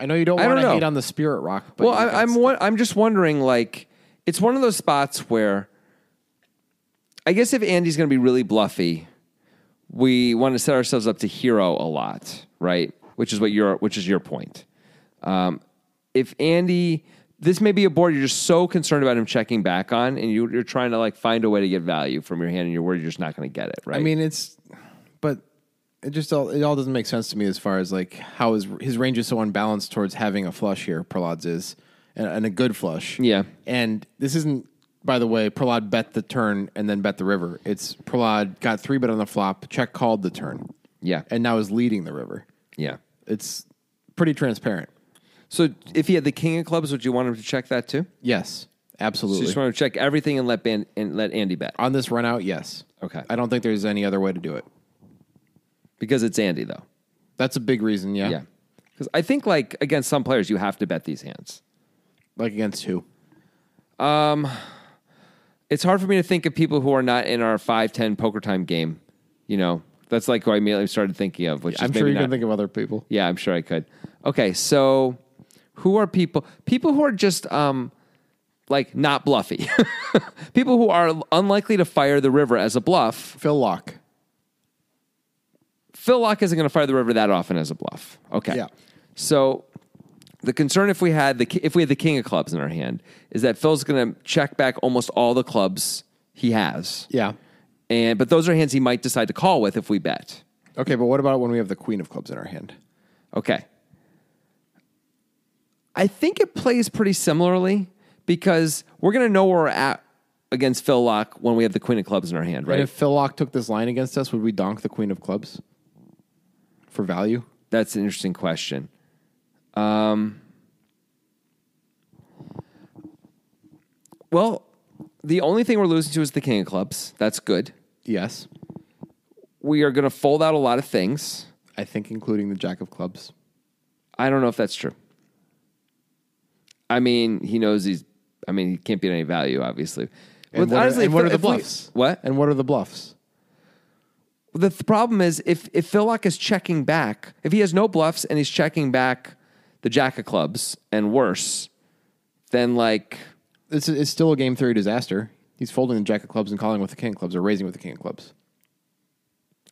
[SPEAKER 3] I know you don't
[SPEAKER 1] I
[SPEAKER 3] want
[SPEAKER 1] don't
[SPEAKER 3] to
[SPEAKER 1] know.
[SPEAKER 3] hate on the spirit rock. But
[SPEAKER 1] well,
[SPEAKER 3] you
[SPEAKER 1] I,
[SPEAKER 3] guys-
[SPEAKER 1] I'm one, I'm just wondering, like, it's one of those spots where, I guess, if Andy's going to be really bluffy, we want to set ourselves up to hero a lot, right? Which is what your which is your point. Um, if Andy, this may be a board you're just so concerned about him checking back on, and you, you're trying to like find a way to get value from your hand, and you're worried you're just not going to get it, right?
[SPEAKER 3] I mean, it's, but it just all it all doesn't make sense to me as far as like how his his range is so unbalanced towards having a flush here. Prahlad's is and, and a good flush.
[SPEAKER 1] Yeah.
[SPEAKER 3] and this isn't. By the way, Prahlad bet the turn and then bet the river. It's Prahlad got three bet on the flop, check called the turn,
[SPEAKER 1] yeah,
[SPEAKER 3] and now is leading the river.
[SPEAKER 1] yeah.
[SPEAKER 3] It's pretty transparent.
[SPEAKER 1] So if he had the king of clubs, would you want him to check that too?
[SPEAKER 3] Yes,
[SPEAKER 1] So you
[SPEAKER 3] absolutely.
[SPEAKER 1] just want him to check everything and let ban- and let Andy bet
[SPEAKER 3] On this run out, yes.
[SPEAKER 1] Okay.
[SPEAKER 3] I don't think there's any other way to do it.
[SPEAKER 1] because it's Andy though.
[SPEAKER 3] That's a big reason. Yeah.
[SPEAKER 1] Yeah, because I think like against some players you have to bet these hands.
[SPEAKER 3] Like against who?
[SPEAKER 1] It's hard for me to think of people who are not in our 5-10 poker time game. You know, that's like who I immediately started thinking of. Which is
[SPEAKER 3] I'm sure
[SPEAKER 1] maybe
[SPEAKER 3] you
[SPEAKER 1] not-
[SPEAKER 3] can think of other people.
[SPEAKER 1] Yeah, I'm sure I could. Okay, so who are people? People who are just um, like not bluffy. People who are unlikely to fire the river as a bluff.
[SPEAKER 3] Phil Locke.
[SPEAKER 1] Phil Locke isn't going to fire the river that often as a bluff. Okay.
[SPEAKER 3] Yeah.
[SPEAKER 1] So the concern if we had the ki- if we had the king of clubs in our hand is that Phil's going to check back almost all the clubs he has.
[SPEAKER 3] Yeah.
[SPEAKER 1] And but those are hands he might decide to call with if we bet.
[SPEAKER 3] Okay, but what about when we have the queen of clubs in our hand?
[SPEAKER 1] Okay. I think it plays pretty similarly because we're going to know where we're at against Phil Locke when we have the queen of clubs in our hand, right?
[SPEAKER 3] And if Phil Locke took this line against us, would we donk the queen of clubs for value?
[SPEAKER 1] That's an interesting question. Um, well, the only thing we're losing to is the king of clubs. That's good.
[SPEAKER 3] Yes.
[SPEAKER 1] We are going to fold out a lot of things.
[SPEAKER 3] I think including the jack of clubs.
[SPEAKER 1] I don't know if that's true. I mean, he knows he's. I mean, he can't beat any value, obviously.
[SPEAKER 3] And
[SPEAKER 1] But
[SPEAKER 3] what are-
[SPEAKER 1] honestly,
[SPEAKER 3] and what
[SPEAKER 1] if-
[SPEAKER 3] are the
[SPEAKER 1] if we-
[SPEAKER 3] bluffs?
[SPEAKER 1] what?
[SPEAKER 3] And what are the bluffs?
[SPEAKER 1] The th- problem is if if Phillock is checking back, if he has no bluffs and he's checking back the jack of clubs and worse, then like
[SPEAKER 3] It's, it's still a game theory disaster. He's folding the jack of clubs and calling with the king of clubs or raising with the king of clubs.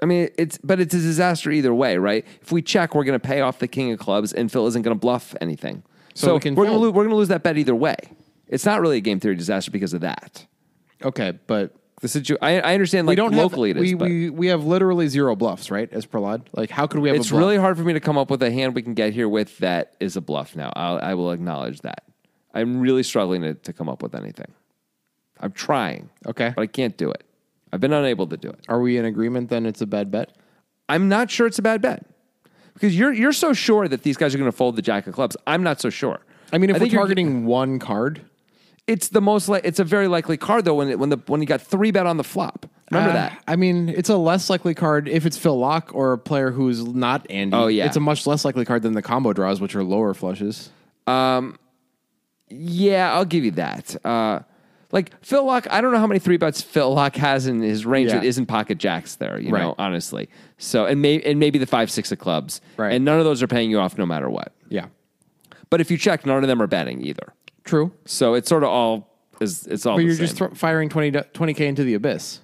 [SPEAKER 1] I mean it's but it's a disaster either way, right? If we check, we're going to pay off the king of clubs, and Phil isn't going to bluff anything.
[SPEAKER 3] So
[SPEAKER 1] So,
[SPEAKER 3] we can
[SPEAKER 1] we're going to
[SPEAKER 3] fold.
[SPEAKER 1] lose, we're going to lose that bet either way. It's not really a game theory disaster because of that.
[SPEAKER 3] Okay, but
[SPEAKER 1] The situ- I, I understand like
[SPEAKER 3] we don't
[SPEAKER 1] locally
[SPEAKER 3] have,
[SPEAKER 1] it is,
[SPEAKER 3] we,
[SPEAKER 1] but
[SPEAKER 3] we, we have literally zero bluffs, right? As Prahlad. Like, how could we have
[SPEAKER 1] it's
[SPEAKER 3] a bluff?
[SPEAKER 1] really hard for me to come up with a hand we can get here with that is a bluff. Now I'll, I will acknowledge that. I'm really struggling to, to come up with anything. I'm trying.
[SPEAKER 3] Okay.
[SPEAKER 1] but I can't do it. I've been unable to do it.
[SPEAKER 3] Are we in agreement then it's a bad bet?
[SPEAKER 1] I'm not sure it's a bad bet because you're you're so sure that these guys are going to fold the jack of clubs. I'm not so sure.
[SPEAKER 3] I mean, if we're
[SPEAKER 1] think you're-
[SPEAKER 3] targeting one card,
[SPEAKER 1] it's the most li- it's a very likely card though when it, when the when you got three bet on the flop. Remember
[SPEAKER 3] uh,
[SPEAKER 1] that.
[SPEAKER 3] I mean, it's a less likely card if it's Phil Locke or a player who's not Andy.
[SPEAKER 1] Oh, yeah.
[SPEAKER 3] It's a much less likely card than the combo draws, which are lower flushes.
[SPEAKER 1] Yeah, I'll give you that. Uh, like Phil Lock, I don't know how many three bets Phil Lock has in his range
[SPEAKER 3] Yeah.
[SPEAKER 1] that isn't pocket jacks there. You
[SPEAKER 3] Right.
[SPEAKER 1] know, honestly. So and may, and maybe the five six of clubs.
[SPEAKER 3] Right.
[SPEAKER 1] And none of those are paying you off no matter what.
[SPEAKER 3] Yeah.
[SPEAKER 1] But if you check, none of them are betting either.
[SPEAKER 3] True.
[SPEAKER 1] So it's sort of all is it's all
[SPEAKER 3] But
[SPEAKER 1] the
[SPEAKER 3] you're
[SPEAKER 1] same.
[SPEAKER 3] just thro- firing 20, 20K into the abyss.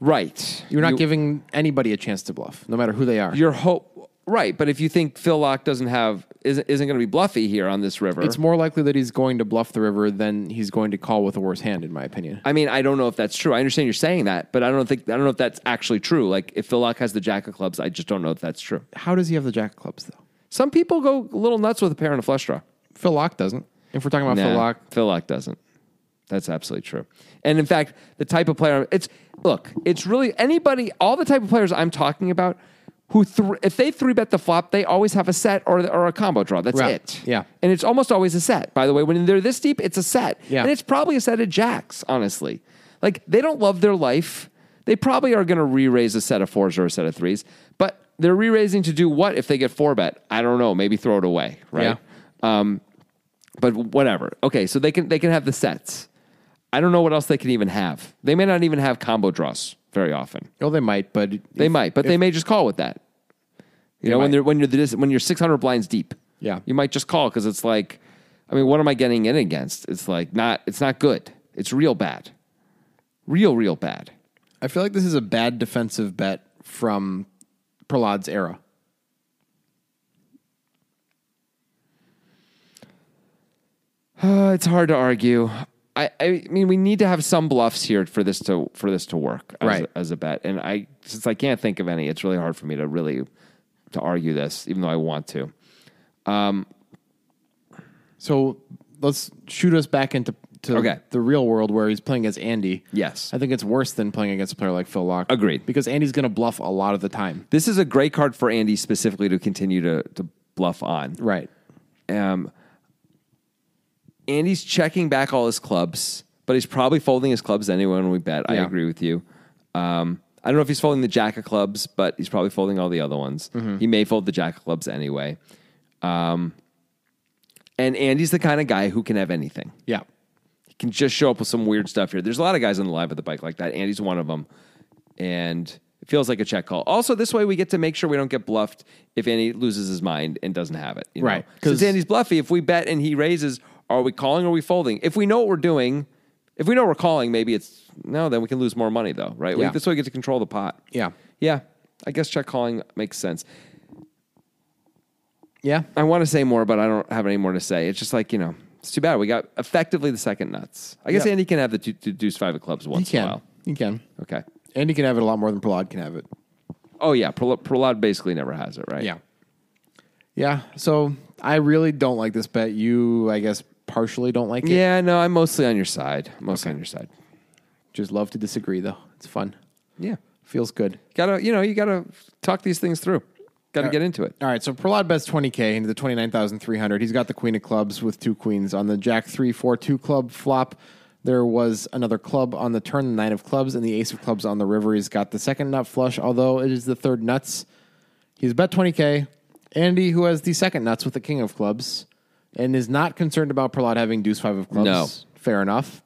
[SPEAKER 1] right.
[SPEAKER 3] You're not
[SPEAKER 1] You-
[SPEAKER 3] giving anybody a chance to bluff, no matter who they are.
[SPEAKER 1] your hope right. But if you think Phil Lock doesn't have isn't isn't going to be bluffy here on this river,
[SPEAKER 3] It's more likely that he's going to bluff the river than he's going to call with a worse hand, in my opinion.
[SPEAKER 1] I mean, I don't know if that's true. I understand you're saying that, but I don't think I don't know if that's actually true. Like if Phil Lock has the jack of clubs, I just don't know if that's true.
[SPEAKER 3] How does he have the jack of clubs, though?
[SPEAKER 1] Some people go a little nuts with a pair and a flush draw.
[SPEAKER 3] Phil Locke doesn't. If we're talking about Phil
[SPEAKER 1] Nah,
[SPEAKER 3] Locke,
[SPEAKER 1] Phil Lock doesn't. That's absolutely true. And in fact, the type of player it's look, it's really anybody, all the type of players I'm talking about who thr if they three bet the flop, they always have a set or or a combo draw. That's
[SPEAKER 3] Right.
[SPEAKER 1] it.
[SPEAKER 3] Yeah.
[SPEAKER 1] and it's almost always a set. By the way, when they're this deep, it's a set.
[SPEAKER 3] Yeah.
[SPEAKER 1] and it's probably a set of jacks. Honestly, like they don't love their life. They probably are going to re-raise a set of fours or a set of threes, but they're re-raising to do what if they get four bet? I don't know. Maybe throw it away, right? Um,
[SPEAKER 3] Yeah.
[SPEAKER 1] but whatever. Okay, so they can they can have the sets. I don't know what else they can even have. They may not even have combo draws very often.
[SPEAKER 3] oh, they might, but
[SPEAKER 1] They might, but they may just call with that. You know, when
[SPEAKER 3] might.
[SPEAKER 1] they're when you're this, when you're 600 blinds deep.
[SPEAKER 3] Yeah.
[SPEAKER 1] you might just call because it's like, I mean, what am I getting in against? It's like not it's not good. It's real bad, real real bad.
[SPEAKER 3] I feel like this is a bad defensive bet from Prahlad's era.
[SPEAKER 1] Uh, it's hard to argue. I, I mean, we need to have some bluffs here for this to for this to work as,
[SPEAKER 3] Right.
[SPEAKER 1] as a bet. And I, since I can't think of any, it's really hard for me to really to argue this, even though I want to.
[SPEAKER 3] So let's shoot us back into to
[SPEAKER 1] Okay.
[SPEAKER 3] the real world where he's playing against Andy.
[SPEAKER 1] Yes.
[SPEAKER 3] I think it's worse than playing against a player like Phil Locke.
[SPEAKER 1] Agreed.
[SPEAKER 3] Because Andy's going to bluff a lot of the time.
[SPEAKER 1] This is a great card for Andy specifically to continue to to bluff on.
[SPEAKER 3] Right.
[SPEAKER 1] Um, Andy's checking back all his clubs, but he's probably folding his clubs anyway when we bet. I
[SPEAKER 3] Yeah.
[SPEAKER 1] agree with you. Um, I don't know if he's folding the jack of clubs, but he's probably folding all the other ones. He may fold the jack of clubs anyway. Um, and Andy's the kind of guy who can have anything.
[SPEAKER 3] Yeah.
[SPEAKER 1] He can just show up with some weird stuff here. There's a lot of guys on the live at the bike like that. Andy's one of them. And it feels like a check call. Also, this way we get to make sure we don't get bluffed if Andy loses his mind and doesn't have it. You
[SPEAKER 3] Right,
[SPEAKER 1] Because
[SPEAKER 3] 'cause-
[SPEAKER 1] Andy's bluffy, if we bet and he raises Are we calling or are we folding? If we know what we're doing, if we know we're calling, maybe it's no, then we can lose more money though, right? We-
[SPEAKER 3] Yeah.
[SPEAKER 1] this way we get to control the pot.
[SPEAKER 3] Yeah.
[SPEAKER 1] Yeah. I guess check calling makes sense.
[SPEAKER 3] Yeah.
[SPEAKER 1] I want to say more, but I don't have any more to say. It's just like, you know, it's too bad. We got effectively the second nuts. I guess
[SPEAKER 3] Yeah.
[SPEAKER 1] Andy can have the two, two deuce five of clubs
[SPEAKER 3] He
[SPEAKER 1] once in a
[SPEAKER 3] can.
[SPEAKER 1] while.
[SPEAKER 3] He can.
[SPEAKER 1] Okay.
[SPEAKER 3] And he can have it a lot more than Prahlad can have it.
[SPEAKER 1] Oh, yeah. Prol- Prolad basically never has it, right?
[SPEAKER 3] Yeah. So I really don't like this bet. You, I guess, partially don't like it.
[SPEAKER 1] Yeah, no, I'm mostly on your side. Mostly on your side.
[SPEAKER 3] Just love to disagree, though. It's fun.
[SPEAKER 1] Yeah.
[SPEAKER 3] Feels good.
[SPEAKER 1] Gotta, you know, you gotta talk these things through. Gotta get into it.
[SPEAKER 3] All right, so Prahlad bets 20K into the 29,300. He's got the queen of clubs with two queens. On the jack 3 4 2 club flop, there was another club on the turn, the nine of clubs, and the ace of clubs on the river. He's got the second nut flush, although it is the third nuts. He's bet 20K. Andy, who has the second nuts with the king of clubs and is not concerned about Prahlad having deuce five of clubs.
[SPEAKER 1] No.
[SPEAKER 3] Fair enough.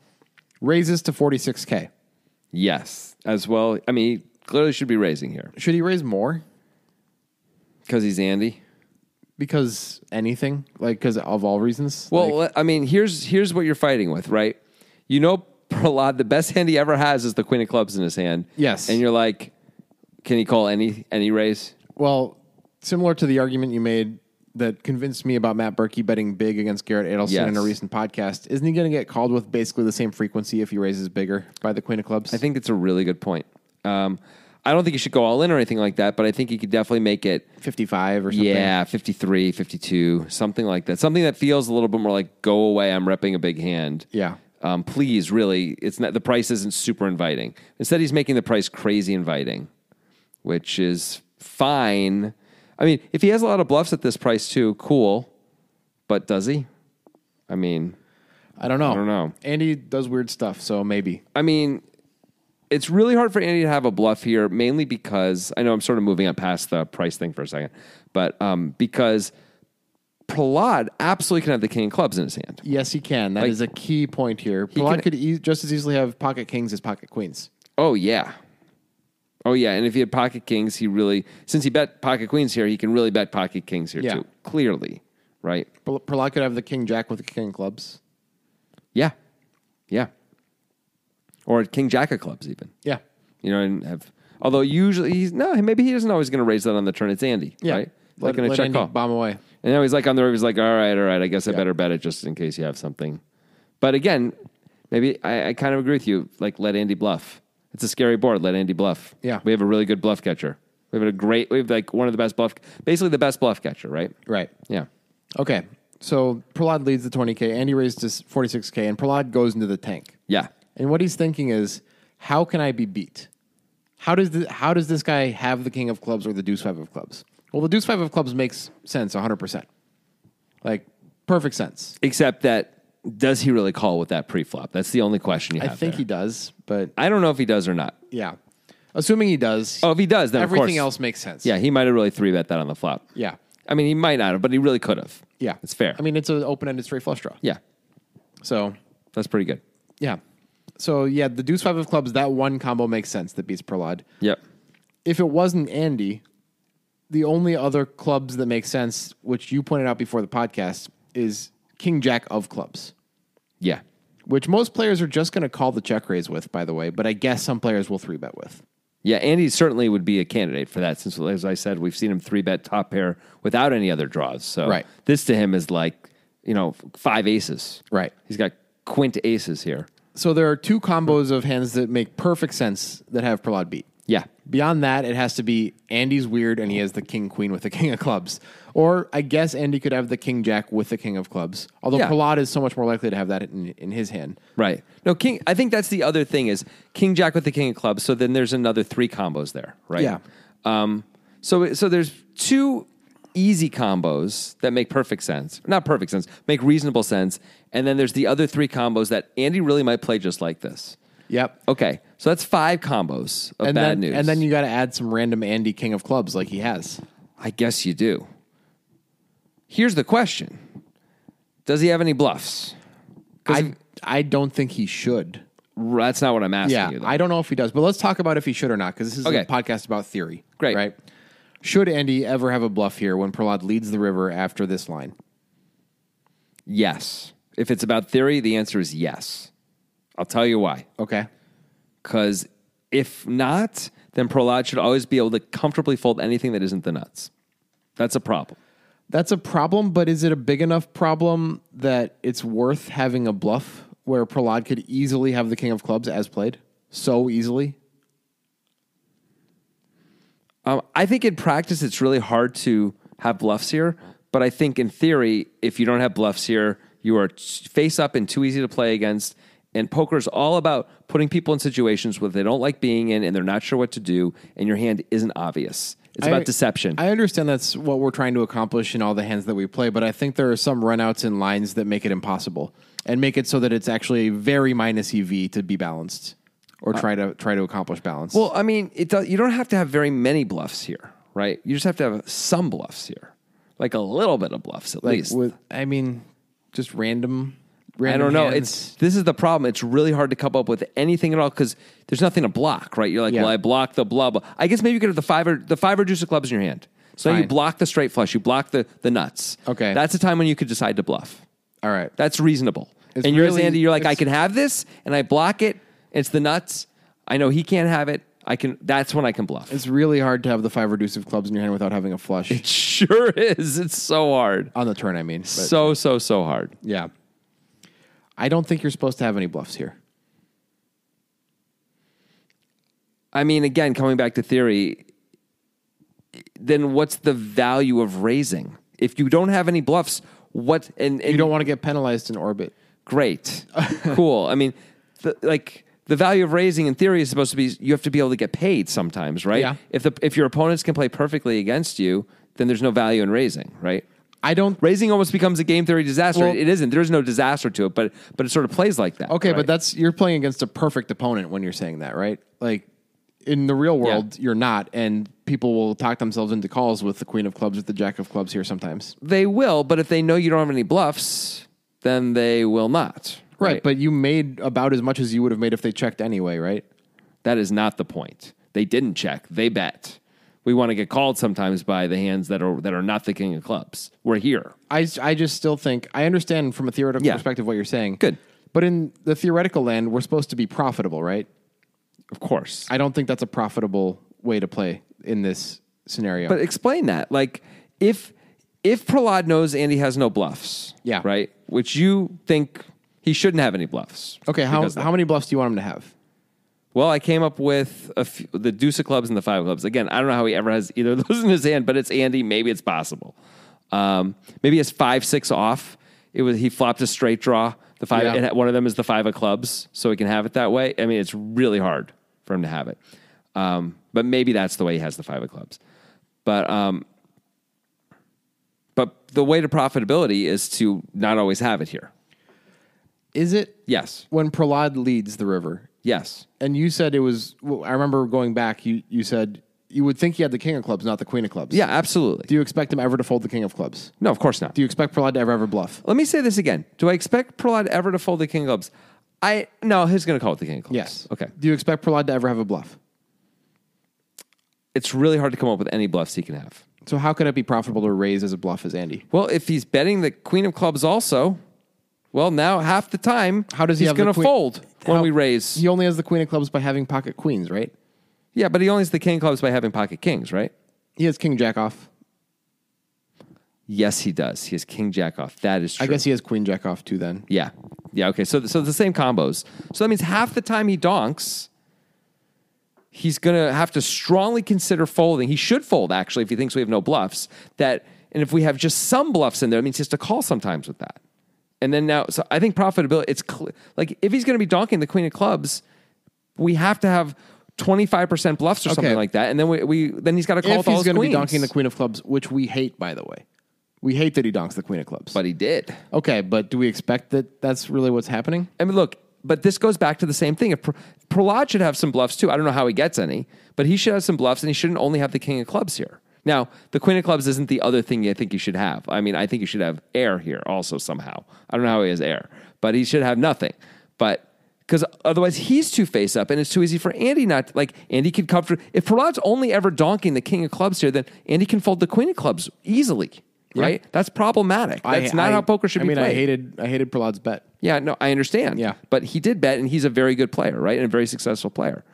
[SPEAKER 3] Raises to 46K.
[SPEAKER 1] Yes. As well. I mean, he clearly should be raising here
[SPEAKER 3] Should he raise more?
[SPEAKER 1] because he's Andy.
[SPEAKER 3] Because anything? Like, because of all reasons?
[SPEAKER 1] Well,
[SPEAKER 3] Like-
[SPEAKER 1] I mean, here's here's what you're fighting with, right? You know, Prahlad, the best hand he ever has is the queen of clubs in his hand.
[SPEAKER 3] Yes.
[SPEAKER 1] and you're like, can he call any any raise?
[SPEAKER 3] Well, similar to the argument you made that convinced me about Matt Berkey betting big against Garrett Adelson
[SPEAKER 1] Yes.
[SPEAKER 3] in a recent podcast, isn't he going to get called with basically the same frequency if he raises bigger by the Queen of Clubs?
[SPEAKER 1] I think it's a really good point. Um, I don't think he should go all in or anything like that, but I think he could definitely make it.
[SPEAKER 3] 55 or something.
[SPEAKER 1] Yeah, 53, 52, something like that. Something that feels a little bit more like go away, I'm repping a big hand.
[SPEAKER 3] Yeah.
[SPEAKER 1] Um, please, really, it's not the price isn't super inviting. Instead, he's making the price crazy inviting, which is fine. I mean, if he has a lot of bluffs at this price too, cool. But does he? I mean,
[SPEAKER 3] I don't know. I
[SPEAKER 1] don't know.
[SPEAKER 3] Andy does weird stuff, so maybe.
[SPEAKER 1] I mean, it's really hard for Andy to have a bluff here, mainly because I know I'm sort of moving up past the price thing for a second, but um, because Prahlad absolutely can have the king of clubs in his hand.
[SPEAKER 3] Yes, he can. That is a key point here. Prahlad
[SPEAKER 1] can-
[SPEAKER 3] could e- just as easily have pocket kings as pocket queens.
[SPEAKER 1] Oh yeah, oh yeah. And if he had pocket kings, he really since he bet pocket queens here, he can really bet pocket kings here
[SPEAKER 3] Yeah.
[SPEAKER 1] too. Clearly, right?
[SPEAKER 3] Pra- Prahlad could have the king jack with the king of clubs.
[SPEAKER 1] Yeah, yeah. Or king jack of clubs even.
[SPEAKER 3] Yeah.
[SPEAKER 1] you know, and have. Although usually he's no, maybe he isn't always going to raise that on the turn. It's Andy,
[SPEAKER 3] Yeah.
[SPEAKER 1] right?
[SPEAKER 3] Let,
[SPEAKER 1] Like in a
[SPEAKER 3] let
[SPEAKER 1] check
[SPEAKER 3] Andy
[SPEAKER 1] call.
[SPEAKER 3] bomb away.
[SPEAKER 1] And now he's like on the river. He's like, all right, all right. I guess I better bet it just in case you have something. But again, maybe I, I kind of agree with you. Like, let Andy bluff. It's a scary board. Let Andy bluff.
[SPEAKER 3] Yeah.
[SPEAKER 1] we have a really good bluff catcher. We have a great. We have like one of the best bluff, basically the best bluff catcher, right?
[SPEAKER 3] Right.
[SPEAKER 1] Yeah.
[SPEAKER 3] Okay. So Prahlad leads the 20K. Andy raised to 46K, and Prahlad goes into the tank.
[SPEAKER 1] Yeah.
[SPEAKER 3] And what he's thinking is, how can I be beat? How does, this, how does this guy have the king of clubs or the deuce five of clubs? Well, the deuce five of clubs makes sense 100%. Like, perfect sense.
[SPEAKER 1] Except that does he really call with that preflop? That's the only question you
[SPEAKER 3] I
[SPEAKER 1] have.
[SPEAKER 3] think
[SPEAKER 1] there.
[SPEAKER 3] he does, but
[SPEAKER 1] I don't know if he does or not.
[SPEAKER 3] yeah. Assuming he does,
[SPEAKER 1] Oh, if he does, then of
[SPEAKER 3] everything
[SPEAKER 1] course,
[SPEAKER 3] else makes sense.
[SPEAKER 1] Yeah, he might have really three bet that on the flop.
[SPEAKER 3] Yeah.
[SPEAKER 1] I mean, he might not have, but he really could have.
[SPEAKER 3] Yeah.
[SPEAKER 1] It's fair.
[SPEAKER 3] I mean, it's an open ended straight flush draw.
[SPEAKER 1] yeah,
[SPEAKER 3] So,
[SPEAKER 1] that's pretty good.
[SPEAKER 3] yeah. So, yeah, the deuce five of clubs, that one combo makes sense that beats Prahlad.
[SPEAKER 1] Yep.
[SPEAKER 3] if it wasn't Andy, the only other clubs that make sense, which you pointed out before the podcast, is King Jack of clubs,
[SPEAKER 1] Yeah.
[SPEAKER 3] which most players are just going to call the check raise with, by the way, but I guess some players will three bet with.
[SPEAKER 1] Yeah, Andy certainly would be a candidate for that since, as I said, we've seen him three bet top pair without any other draws. So
[SPEAKER 3] Right.
[SPEAKER 1] this to him is like, you know, five aces.
[SPEAKER 3] Right.
[SPEAKER 1] He's got quint aces here.
[SPEAKER 3] So there are two combos of hands that make perfect sense that have Prahlad beat.
[SPEAKER 1] Yeah.
[SPEAKER 3] Beyond that, it has to be Andy's weird and he has the king queen with the king of clubs. Or I guess Andy could have the king jack with the king of clubs. Although
[SPEAKER 1] Yeah.
[SPEAKER 3] Prahlad is so much more likely to have that in, in his hand.
[SPEAKER 1] Right. No, King, I think that's the other thing is King Jack with the King of Clubs. So then there's another three combos there, right?
[SPEAKER 3] Yeah.
[SPEAKER 1] Um, so, so there's two easy combos that make perfect sense. Not perfect sense, make reasonable sense. And then there's the other three combos that Andy really might play just like this.
[SPEAKER 3] Yep.
[SPEAKER 1] Okay. So that's five combos of
[SPEAKER 3] and
[SPEAKER 1] bad
[SPEAKER 3] then,
[SPEAKER 1] news.
[SPEAKER 3] And then you got to add some random Andy King of clubs like he has.
[SPEAKER 1] I guess you do. Here's the question Does he have any bluffs? 'Cause
[SPEAKER 3] I I don't think he should.
[SPEAKER 1] That's not what I'm asking
[SPEAKER 3] Yeah,
[SPEAKER 1] you. though.
[SPEAKER 3] I don't know if he does, but let's talk about if he should or not because this is
[SPEAKER 1] Okay.
[SPEAKER 3] a podcast about theory.
[SPEAKER 1] Great.
[SPEAKER 3] right? Should Andy ever have a bluff here when Prahlad leads the river after this line?
[SPEAKER 1] yes. If it's about theory, the answer is yes. I'll tell you why.
[SPEAKER 3] Okay.
[SPEAKER 1] Because if not, then Prolad should always be able to comfortably fold anything that isn't the nuts. That's a problem.
[SPEAKER 3] That's a problem, but is it a big enough problem that it's worth having a bluff where Pralad could easily have the King of Clubs as played? So easily?
[SPEAKER 1] Um, I think in practice, it's really hard to have bluffs here. But I think in theory, if you don't have bluffs here, you are t- face up and too easy to play against. And poker is all about putting people in situations where they don't like being in and they're not sure what to do, and your hand isn't obvious. It's
[SPEAKER 3] I-
[SPEAKER 1] about deception.
[SPEAKER 3] I understand that's what we're trying to accomplish in all the hands that we play, but I think there are some runouts and lines that make it impossible and make it so that it's actually very minus EV to be balanced or try to try to accomplish balance.
[SPEAKER 1] Well, I mean, it does, you don't have to have very many bluffs here, right? You just have to have some bluffs here, like a little bit of bluffs at least.
[SPEAKER 3] with I mean, just random.
[SPEAKER 1] I don't
[SPEAKER 3] random
[SPEAKER 1] know.
[SPEAKER 3] hands.
[SPEAKER 1] It's this is the problem. It's really hard to come up with anything at all because there's nothing to block, right? You're like,
[SPEAKER 3] Yeah.
[SPEAKER 1] well, I block the blah blah. I guess maybe you could have the five or the five or juice of clubs in your hand. So now you
[SPEAKER 3] Fine.
[SPEAKER 1] block the straight flush. You block the the nuts.
[SPEAKER 3] Okay.
[SPEAKER 1] that's the time when you could decide to bluff.
[SPEAKER 3] all right.
[SPEAKER 1] That's reasonable.
[SPEAKER 3] It's
[SPEAKER 1] and yours,
[SPEAKER 3] really-
[SPEAKER 1] Andy, you're like, I
[SPEAKER 3] it's-
[SPEAKER 1] can have this, and I block it. It's the nuts. I know he can't have it. I can. That's when I can bluff.
[SPEAKER 3] It's really hard to have the five reducive clubs in your hand without having a flush
[SPEAKER 1] It sure is. It's so hard.
[SPEAKER 3] on the turn. I mean, but,
[SPEAKER 1] So so so hard.
[SPEAKER 3] yeah. I don't think you're supposed to have any bluffs here.
[SPEAKER 1] I mean, again, coming back to theory, then what's the value of raising? If you don't have any bluffs, what? And, and
[SPEAKER 3] You don't want to get penalized in orbit.
[SPEAKER 1] great, cool. I mean, the, like the value of raising in theory is supposed to be you have to be able to get paid sometimes, right?
[SPEAKER 3] Yeah.
[SPEAKER 1] If the if your opponents can play perfectly against you, then there's no value in raising, right?
[SPEAKER 3] I don't
[SPEAKER 1] Raising almost becomes a game theory disaster.
[SPEAKER 3] Well-
[SPEAKER 1] it isn't. There's no disaster to it, but but it sort of plays like that.
[SPEAKER 3] Okay,
[SPEAKER 1] right?
[SPEAKER 3] but that's you're playing against a perfect opponent when you're saying that, right? Like in the real world, you're not, and people will talk themselves into calls with the queen of clubs, with the jack of clubs here sometimes.
[SPEAKER 1] they will. But if they know you don't have any bluffs, then they will not.
[SPEAKER 3] Right, but you made about as much as you would have made if they checked anyway, right?
[SPEAKER 1] That is not the point. They didn't check. They bet. We want to get called sometimes by the hands that are that are not the king of clubs. We're here.
[SPEAKER 3] I, I just still think I understand from a theoretical
[SPEAKER 1] Yeah.
[SPEAKER 3] perspective what you're saying.
[SPEAKER 1] Good.
[SPEAKER 3] But in the theoretical land, we're supposed to be profitable, right?
[SPEAKER 1] Of course.
[SPEAKER 3] I don't think that's a profitable way to play in this scenario.
[SPEAKER 1] But explain that. Like if if Prahlad knows Andy has no bluffs,
[SPEAKER 3] Yeah.
[SPEAKER 1] right, which you think he shouldn't have any bluffs.
[SPEAKER 3] okay, how,
[SPEAKER 1] because of that.
[SPEAKER 3] how many bluffs do you want him to have?
[SPEAKER 1] Well, I came up with a few, the deuce of clubs and the five of clubs. Again, I don't know how he ever has either of those in his hand, but it's Andy. Maybe it's possible. Um, maybe it's five six off. It was he flopped a straight draw. The five
[SPEAKER 3] Yeah.
[SPEAKER 1] and one of them is the five of clubs, so he can have it that way. I mean, it's really hard for him to have it, um, but maybe that's the way he has the five of clubs. But um, but the way to profitability is to not always have it here.
[SPEAKER 3] Is it
[SPEAKER 1] Yes,
[SPEAKER 3] when Prahlad leads the river?
[SPEAKER 1] yes.
[SPEAKER 3] And you said it was. Well, I remember going back. You you said you would think he had the king of clubs, not the queen of clubs.
[SPEAKER 1] Yeah, absolutely.
[SPEAKER 3] Do you expect him ever to fold the king of clubs?
[SPEAKER 1] no, of course not.
[SPEAKER 3] Do you expect Prahlad to ever ever bluff?
[SPEAKER 1] Let me say this again. Do I expect Prahlad ever to fold the king of clubs? I no, he's going to call it the king of clubs.
[SPEAKER 3] Yes.
[SPEAKER 1] Okay.
[SPEAKER 3] Do you expect Prahlad to ever have a bluff?
[SPEAKER 1] It's really hard to come up with any bluffs he can have.
[SPEAKER 3] So how could it be profitable to raise as a bluff as Andy?
[SPEAKER 1] Well, if he's betting the queen of clubs also, well, now half the time
[SPEAKER 3] How does he
[SPEAKER 1] he's
[SPEAKER 3] have the
[SPEAKER 1] gonna
[SPEAKER 3] queen-
[SPEAKER 1] fold when
[SPEAKER 3] How-
[SPEAKER 1] we raise?
[SPEAKER 3] He only has the queen of clubs by having pocket queens, right?
[SPEAKER 1] yeah, but he only has the king of clubs by having pocket kings, right?
[SPEAKER 3] He has king jack off.
[SPEAKER 1] Yes, he does. He has king jack off. That is true.
[SPEAKER 3] I guess he has queen jack off too. Then
[SPEAKER 1] Yeah. Yeah. Okay. So, so the same combos. So that means half the time he donks, he's going to have to strongly consider folding. He should fold, actually, if he thinks we have no bluffs. That And if we have just some bluffs in there, it means he has to call sometimes with that. And then now, so I think profitability, it's cl- like if he's going to be donking the queen of clubs, we have to have 25% bluffs or something like that. And then we, we then he's got to call
[SPEAKER 3] if
[SPEAKER 1] with all
[SPEAKER 3] he's
[SPEAKER 1] his
[SPEAKER 3] going to be
[SPEAKER 1] queens.
[SPEAKER 3] donking the queen of clubs, which we hate, by the way, we hate that he donks the queen of clubs.
[SPEAKER 1] But he did.
[SPEAKER 3] okay, but do we expect that that's really what's happening?
[SPEAKER 1] I mean, look, but this goes back to the same thing. If Pr- Prahlad should have some bluffs too. I don't know how he gets any, but he should have some bluffs, and he shouldn't only have the king of clubs here. Now, the queen of clubs isn't the other thing I think he should have. I mean, I think he should have air here also somehow. I don't know how he has air, but he should have nothing. But because otherwise he's too face up, and it's too easy for Andy not like Andy could comfort. If Prahlad's only ever donking the king of clubs here, then Andy can fold the queen of clubs easily. right? That's problematic. That's not how poker should
[SPEAKER 3] I
[SPEAKER 1] be
[SPEAKER 3] mean,
[SPEAKER 1] played.
[SPEAKER 3] I hated I hated Prahlad's bet.
[SPEAKER 1] Yeah, no, I understand.
[SPEAKER 3] Yeah.
[SPEAKER 1] But he did bet, and he's a very good player, right? And a very successful player.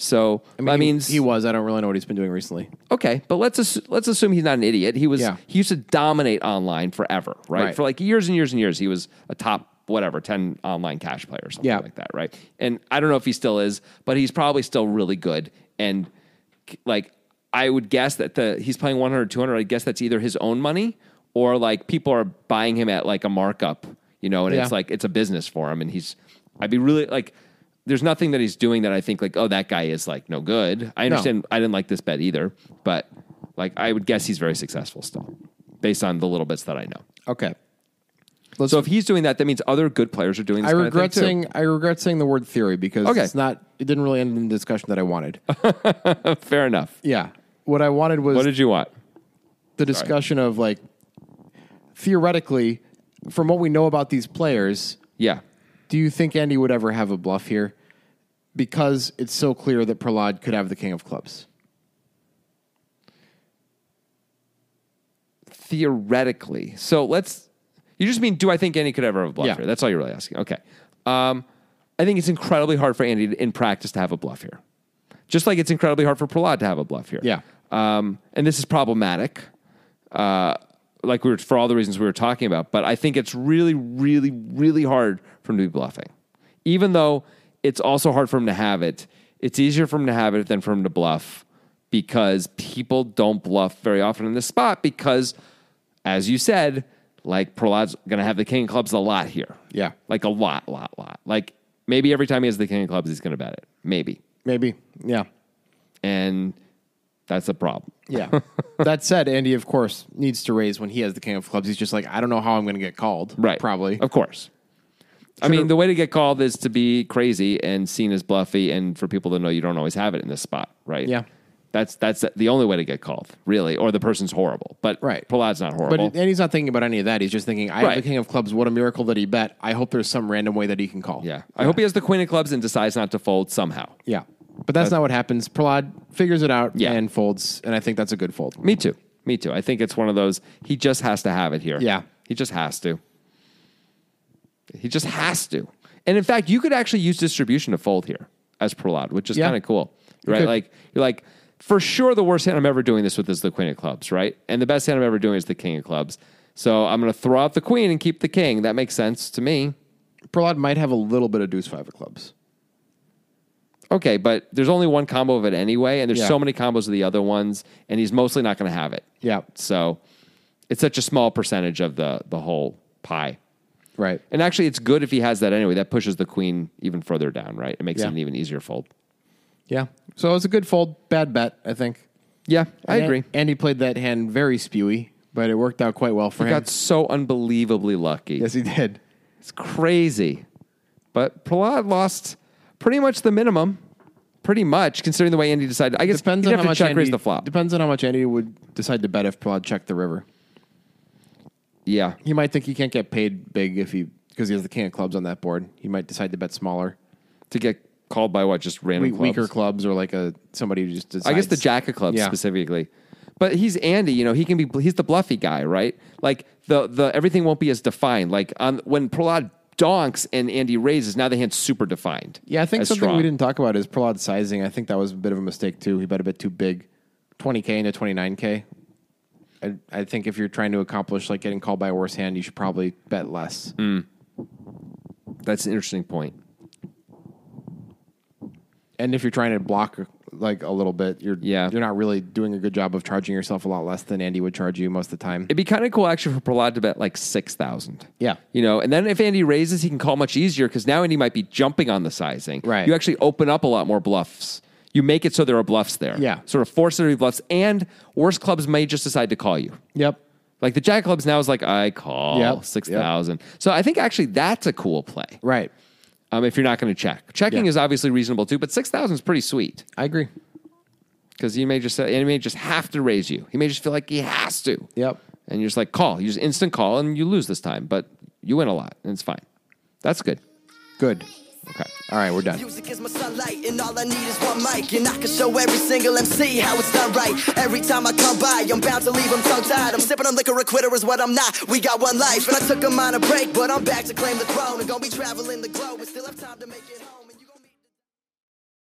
[SPEAKER 1] So I mean,
[SPEAKER 3] he- he, was. I don't really know what he's been doing recently.
[SPEAKER 1] okay, but let's assu- let's assume he's not an idiot. He was
[SPEAKER 3] Yeah.
[SPEAKER 1] he used to dominate online forever, right?
[SPEAKER 3] Right.
[SPEAKER 1] For like years and years and years, he was a top whatever ten online cash player or something
[SPEAKER 3] Yeah.
[SPEAKER 1] like that, right? And I don't know if he still is, but he's probably still really good. And c- like I would guess that the he's playing 100, 200. I guess that's either his own money or like people are buying him at like a markup, you know, and it's
[SPEAKER 3] Yeah.
[SPEAKER 1] like it's a business for him, and he's. I'd be really like. There's nothing that he's doing that I think like, oh, that guy is like no good. I understand. I didn't like this bet either, but like I would guess he's very successful still, based on the little bits that I know.
[SPEAKER 3] Okay.
[SPEAKER 1] So if he's doing that, that means other good players are doing. This
[SPEAKER 3] I
[SPEAKER 1] kind of thing,
[SPEAKER 3] regret
[SPEAKER 1] too.
[SPEAKER 3] saying I regret saying the word theory because
[SPEAKER 1] Okay.
[SPEAKER 3] it's not. It didn't really end in the discussion that I wanted.
[SPEAKER 1] Fair enough.
[SPEAKER 3] yeah. What I wanted was
[SPEAKER 1] What did you want?
[SPEAKER 3] the discussion of like theoretically, from what we know about these players,
[SPEAKER 1] Yeah.
[SPEAKER 3] do you think Andy would ever have a bluff here? Because it's so clear that Prahlad could have the king of clubs.
[SPEAKER 1] theoretically. So let's. You just mean, do I think Andy could ever have a bluff
[SPEAKER 3] Yeah.
[SPEAKER 1] here? That's all you're really asking. Okay. Um, I think it's incredibly hard for Andy to, in practice to have a bluff here, just like it's incredibly hard for Prahlad to have a bluff here.
[SPEAKER 3] Yeah.
[SPEAKER 1] Um, and this is problematic, uh, like we were for all the reasons we were talking about. But I think it's really, really, really hard for him to be bluffing, even though it's also hard for him to have it. It's easier for him to have it than for him to bluff because people don't bluff very often in this spot because, as you said, like Prahlad's going to have the king of clubs a lot here.
[SPEAKER 3] Yeah.
[SPEAKER 1] Like a lot, lot, lot. Like maybe every time he has the king of clubs, he's going to bet it. Maybe.
[SPEAKER 3] Maybe. Yeah.
[SPEAKER 1] And that's a problem.
[SPEAKER 3] Yeah. that said, Andy, of course, needs to raise when he has the king of clubs. He's just like, I don't know how I'm going to get called.
[SPEAKER 1] Right.
[SPEAKER 3] Probably.
[SPEAKER 1] Of course. I mean, the way to get called is to be crazy and seen as bluffy and for people to know you don't always have it in this spot, right?
[SPEAKER 3] Yeah.
[SPEAKER 1] That's that's the only way to get called, really, or the person's horrible. But
[SPEAKER 3] Right.
[SPEAKER 1] Prahlad's not
[SPEAKER 3] But
[SPEAKER 1] horrible.
[SPEAKER 3] and he's not thinking about any of that. He's just thinking, I have the
[SPEAKER 1] Right.
[SPEAKER 3] king of clubs. What a miracle that he bet. I hope there's some random way that he can call.
[SPEAKER 1] yeah. I hope he has the queen of clubs and decides not to fold somehow.
[SPEAKER 3] Yeah. But that's not what happens. Prahlad figures it out
[SPEAKER 1] Yeah.
[SPEAKER 3] and folds. And I think that's a good fold.
[SPEAKER 1] Me too. Me too. I think it's one of those. He just has to have it here.
[SPEAKER 3] Yeah.
[SPEAKER 1] He just has to. He just has to. And in fact, you could actually use distribution to fold here as Prolad, which is
[SPEAKER 3] Yeah.
[SPEAKER 1] kind of cool, right?
[SPEAKER 3] could.
[SPEAKER 1] Like you're like for sure the worst hand I'm ever doing this with is the queen of clubs, right? And the best hand I'm ever doing is the king of clubs. So I'm going to throw out the queen and keep the king. That makes sense to me.
[SPEAKER 3] Prahlad might have a little bit of deuce five of clubs.
[SPEAKER 1] Okay, but there's only one combo of it anyway, and there's
[SPEAKER 3] Yeah.
[SPEAKER 1] so many combos of the other ones, and he's mostly not going to have it.
[SPEAKER 3] Yeah.
[SPEAKER 1] So it's such a small percentage of the the whole pie.
[SPEAKER 3] Right.
[SPEAKER 1] And actually, it's good if he has that anyway. That pushes the queen even further down, right? It makes
[SPEAKER 3] Yeah.
[SPEAKER 1] it an even easier fold.
[SPEAKER 3] Yeah. So it's a good fold. Bad bet, I think.
[SPEAKER 1] Yeah, I
[SPEAKER 3] And-
[SPEAKER 1] agree.
[SPEAKER 3] Andy played that hand very spewy, but it worked out quite well for
[SPEAKER 1] He
[SPEAKER 3] him.
[SPEAKER 1] got so unbelievably lucky.
[SPEAKER 3] yes, he did.
[SPEAKER 1] It's crazy. But Prahlad lost pretty much the minimum, pretty much, considering the way Andy decided. I guess
[SPEAKER 3] Depends
[SPEAKER 1] he'd
[SPEAKER 3] on
[SPEAKER 1] have
[SPEAKER 3] how
[SPEAKER 1] to
[SPEAKER 3] much
[SPEAKER 1] check
[SPEAKER 3] Andy,
[SPEAKER 1] raise the flop.
[SPEAKER 3] Depends on how much Andy would decide to bet if Prahlad checked the river.
[SPEAKER 1] yeah.
[SPEAKER 3] He might think he can't get paid big if he because he has the king of clubs on that board. He might decide to bet smaller,
[SPEAKER 1] To get called by what? Just random
[SPEAKER 3] we-
[SPEAKER 1] clubs?
[SPEAKER 3] weaker clubs, or like a somebody who just. Decides.
[SPEAKER 1] I guess the jack of clubs
[SPEAKER 3] Yeah.
[SPEAKER 1] specifically. But he's Andy, you know, he can be he's the bluffy guy, right? Like the the everything won't be as defined. Like on when Prahlad donks and Andy raises, now the hand's super defined.
[SPEAKER 3] Yeah, I think
[SPEAKER 1] as
[SPEAKER 3] something
[SPEAKER 1] strong.
[SPEAKER 3] we didn't talk about is Prahlad's sizing. I think that was a bit of a mistake too. He bet a bit too big, twenty k into twenty nine k. I I think if you're trying to accomplish like getting called by a worse hand, you should probably bet less.
[SPEAKER 1] That's an interesting point.
[SPEAKER 3] And if you're trying to block like a little bit, you're
[SPEAKER 1] Yeah.
[SPEAKER 3] you're not really doing a good job of charging yourself a lot less than Andy would charge you most of the time.
[SPEAKER 1] It'd be kind of cool actually for Prahlad to bet like six thousand.
[SPEAKER 3] Yeah.
[SPEAKER 1] You know, and then if Andy raises, he can call much easier because now Andy might be jumping on the sizing.
[SPEAKER 3] Right.
[SPEAKER 1] You actually open up a lot more bluffs. You make it so there are bluffs there.
[SPEAKER 3] Yeah.
[SPEAKER 1] Sort of force there to be bluffs. And worse clubs may just decide to call you.
[SPEAKER 3] yep.
[SPEAKER 1] Like the Jack Clubs now is like I call
[SPEAKER 3] Yep,
[SPEAKER 1] six thousand. So I think actually that's a cool play.
[SPEAKER 3] Right.
[SPEAKER 1] Um, if you're not going to check, checking
[SPEAKER 3] Yeah.
[SPEAKER 1] is obviously reasonable too, but six thousand is pretty sweet
[SPEAKER 3] I agree.
[SPEAKER 1] because you may just say, and he may just have to raise you. He may just feel like he has to.
[SPEAKER 3] Yep.
[SPEAKER 1] And you're just like call. You just instant call and you lose this time, but you win a lot and it's fine. That's good.
[SPEAKER 3] Good.
[SPEAKER 1] Okay. All right, we're done.
[SPEAKER 2] Music is my sunlight, and all I need is one mic. And I can show every single MC how it's done right. Every time I come by, I'm bound to leave them tongue tied. I'm sipping on liquor, a quitter is what I'm not. We got one life, and I took a minor break, but I'm back to claim the throne. And gonna be traveling the globe, and still have time to make it home.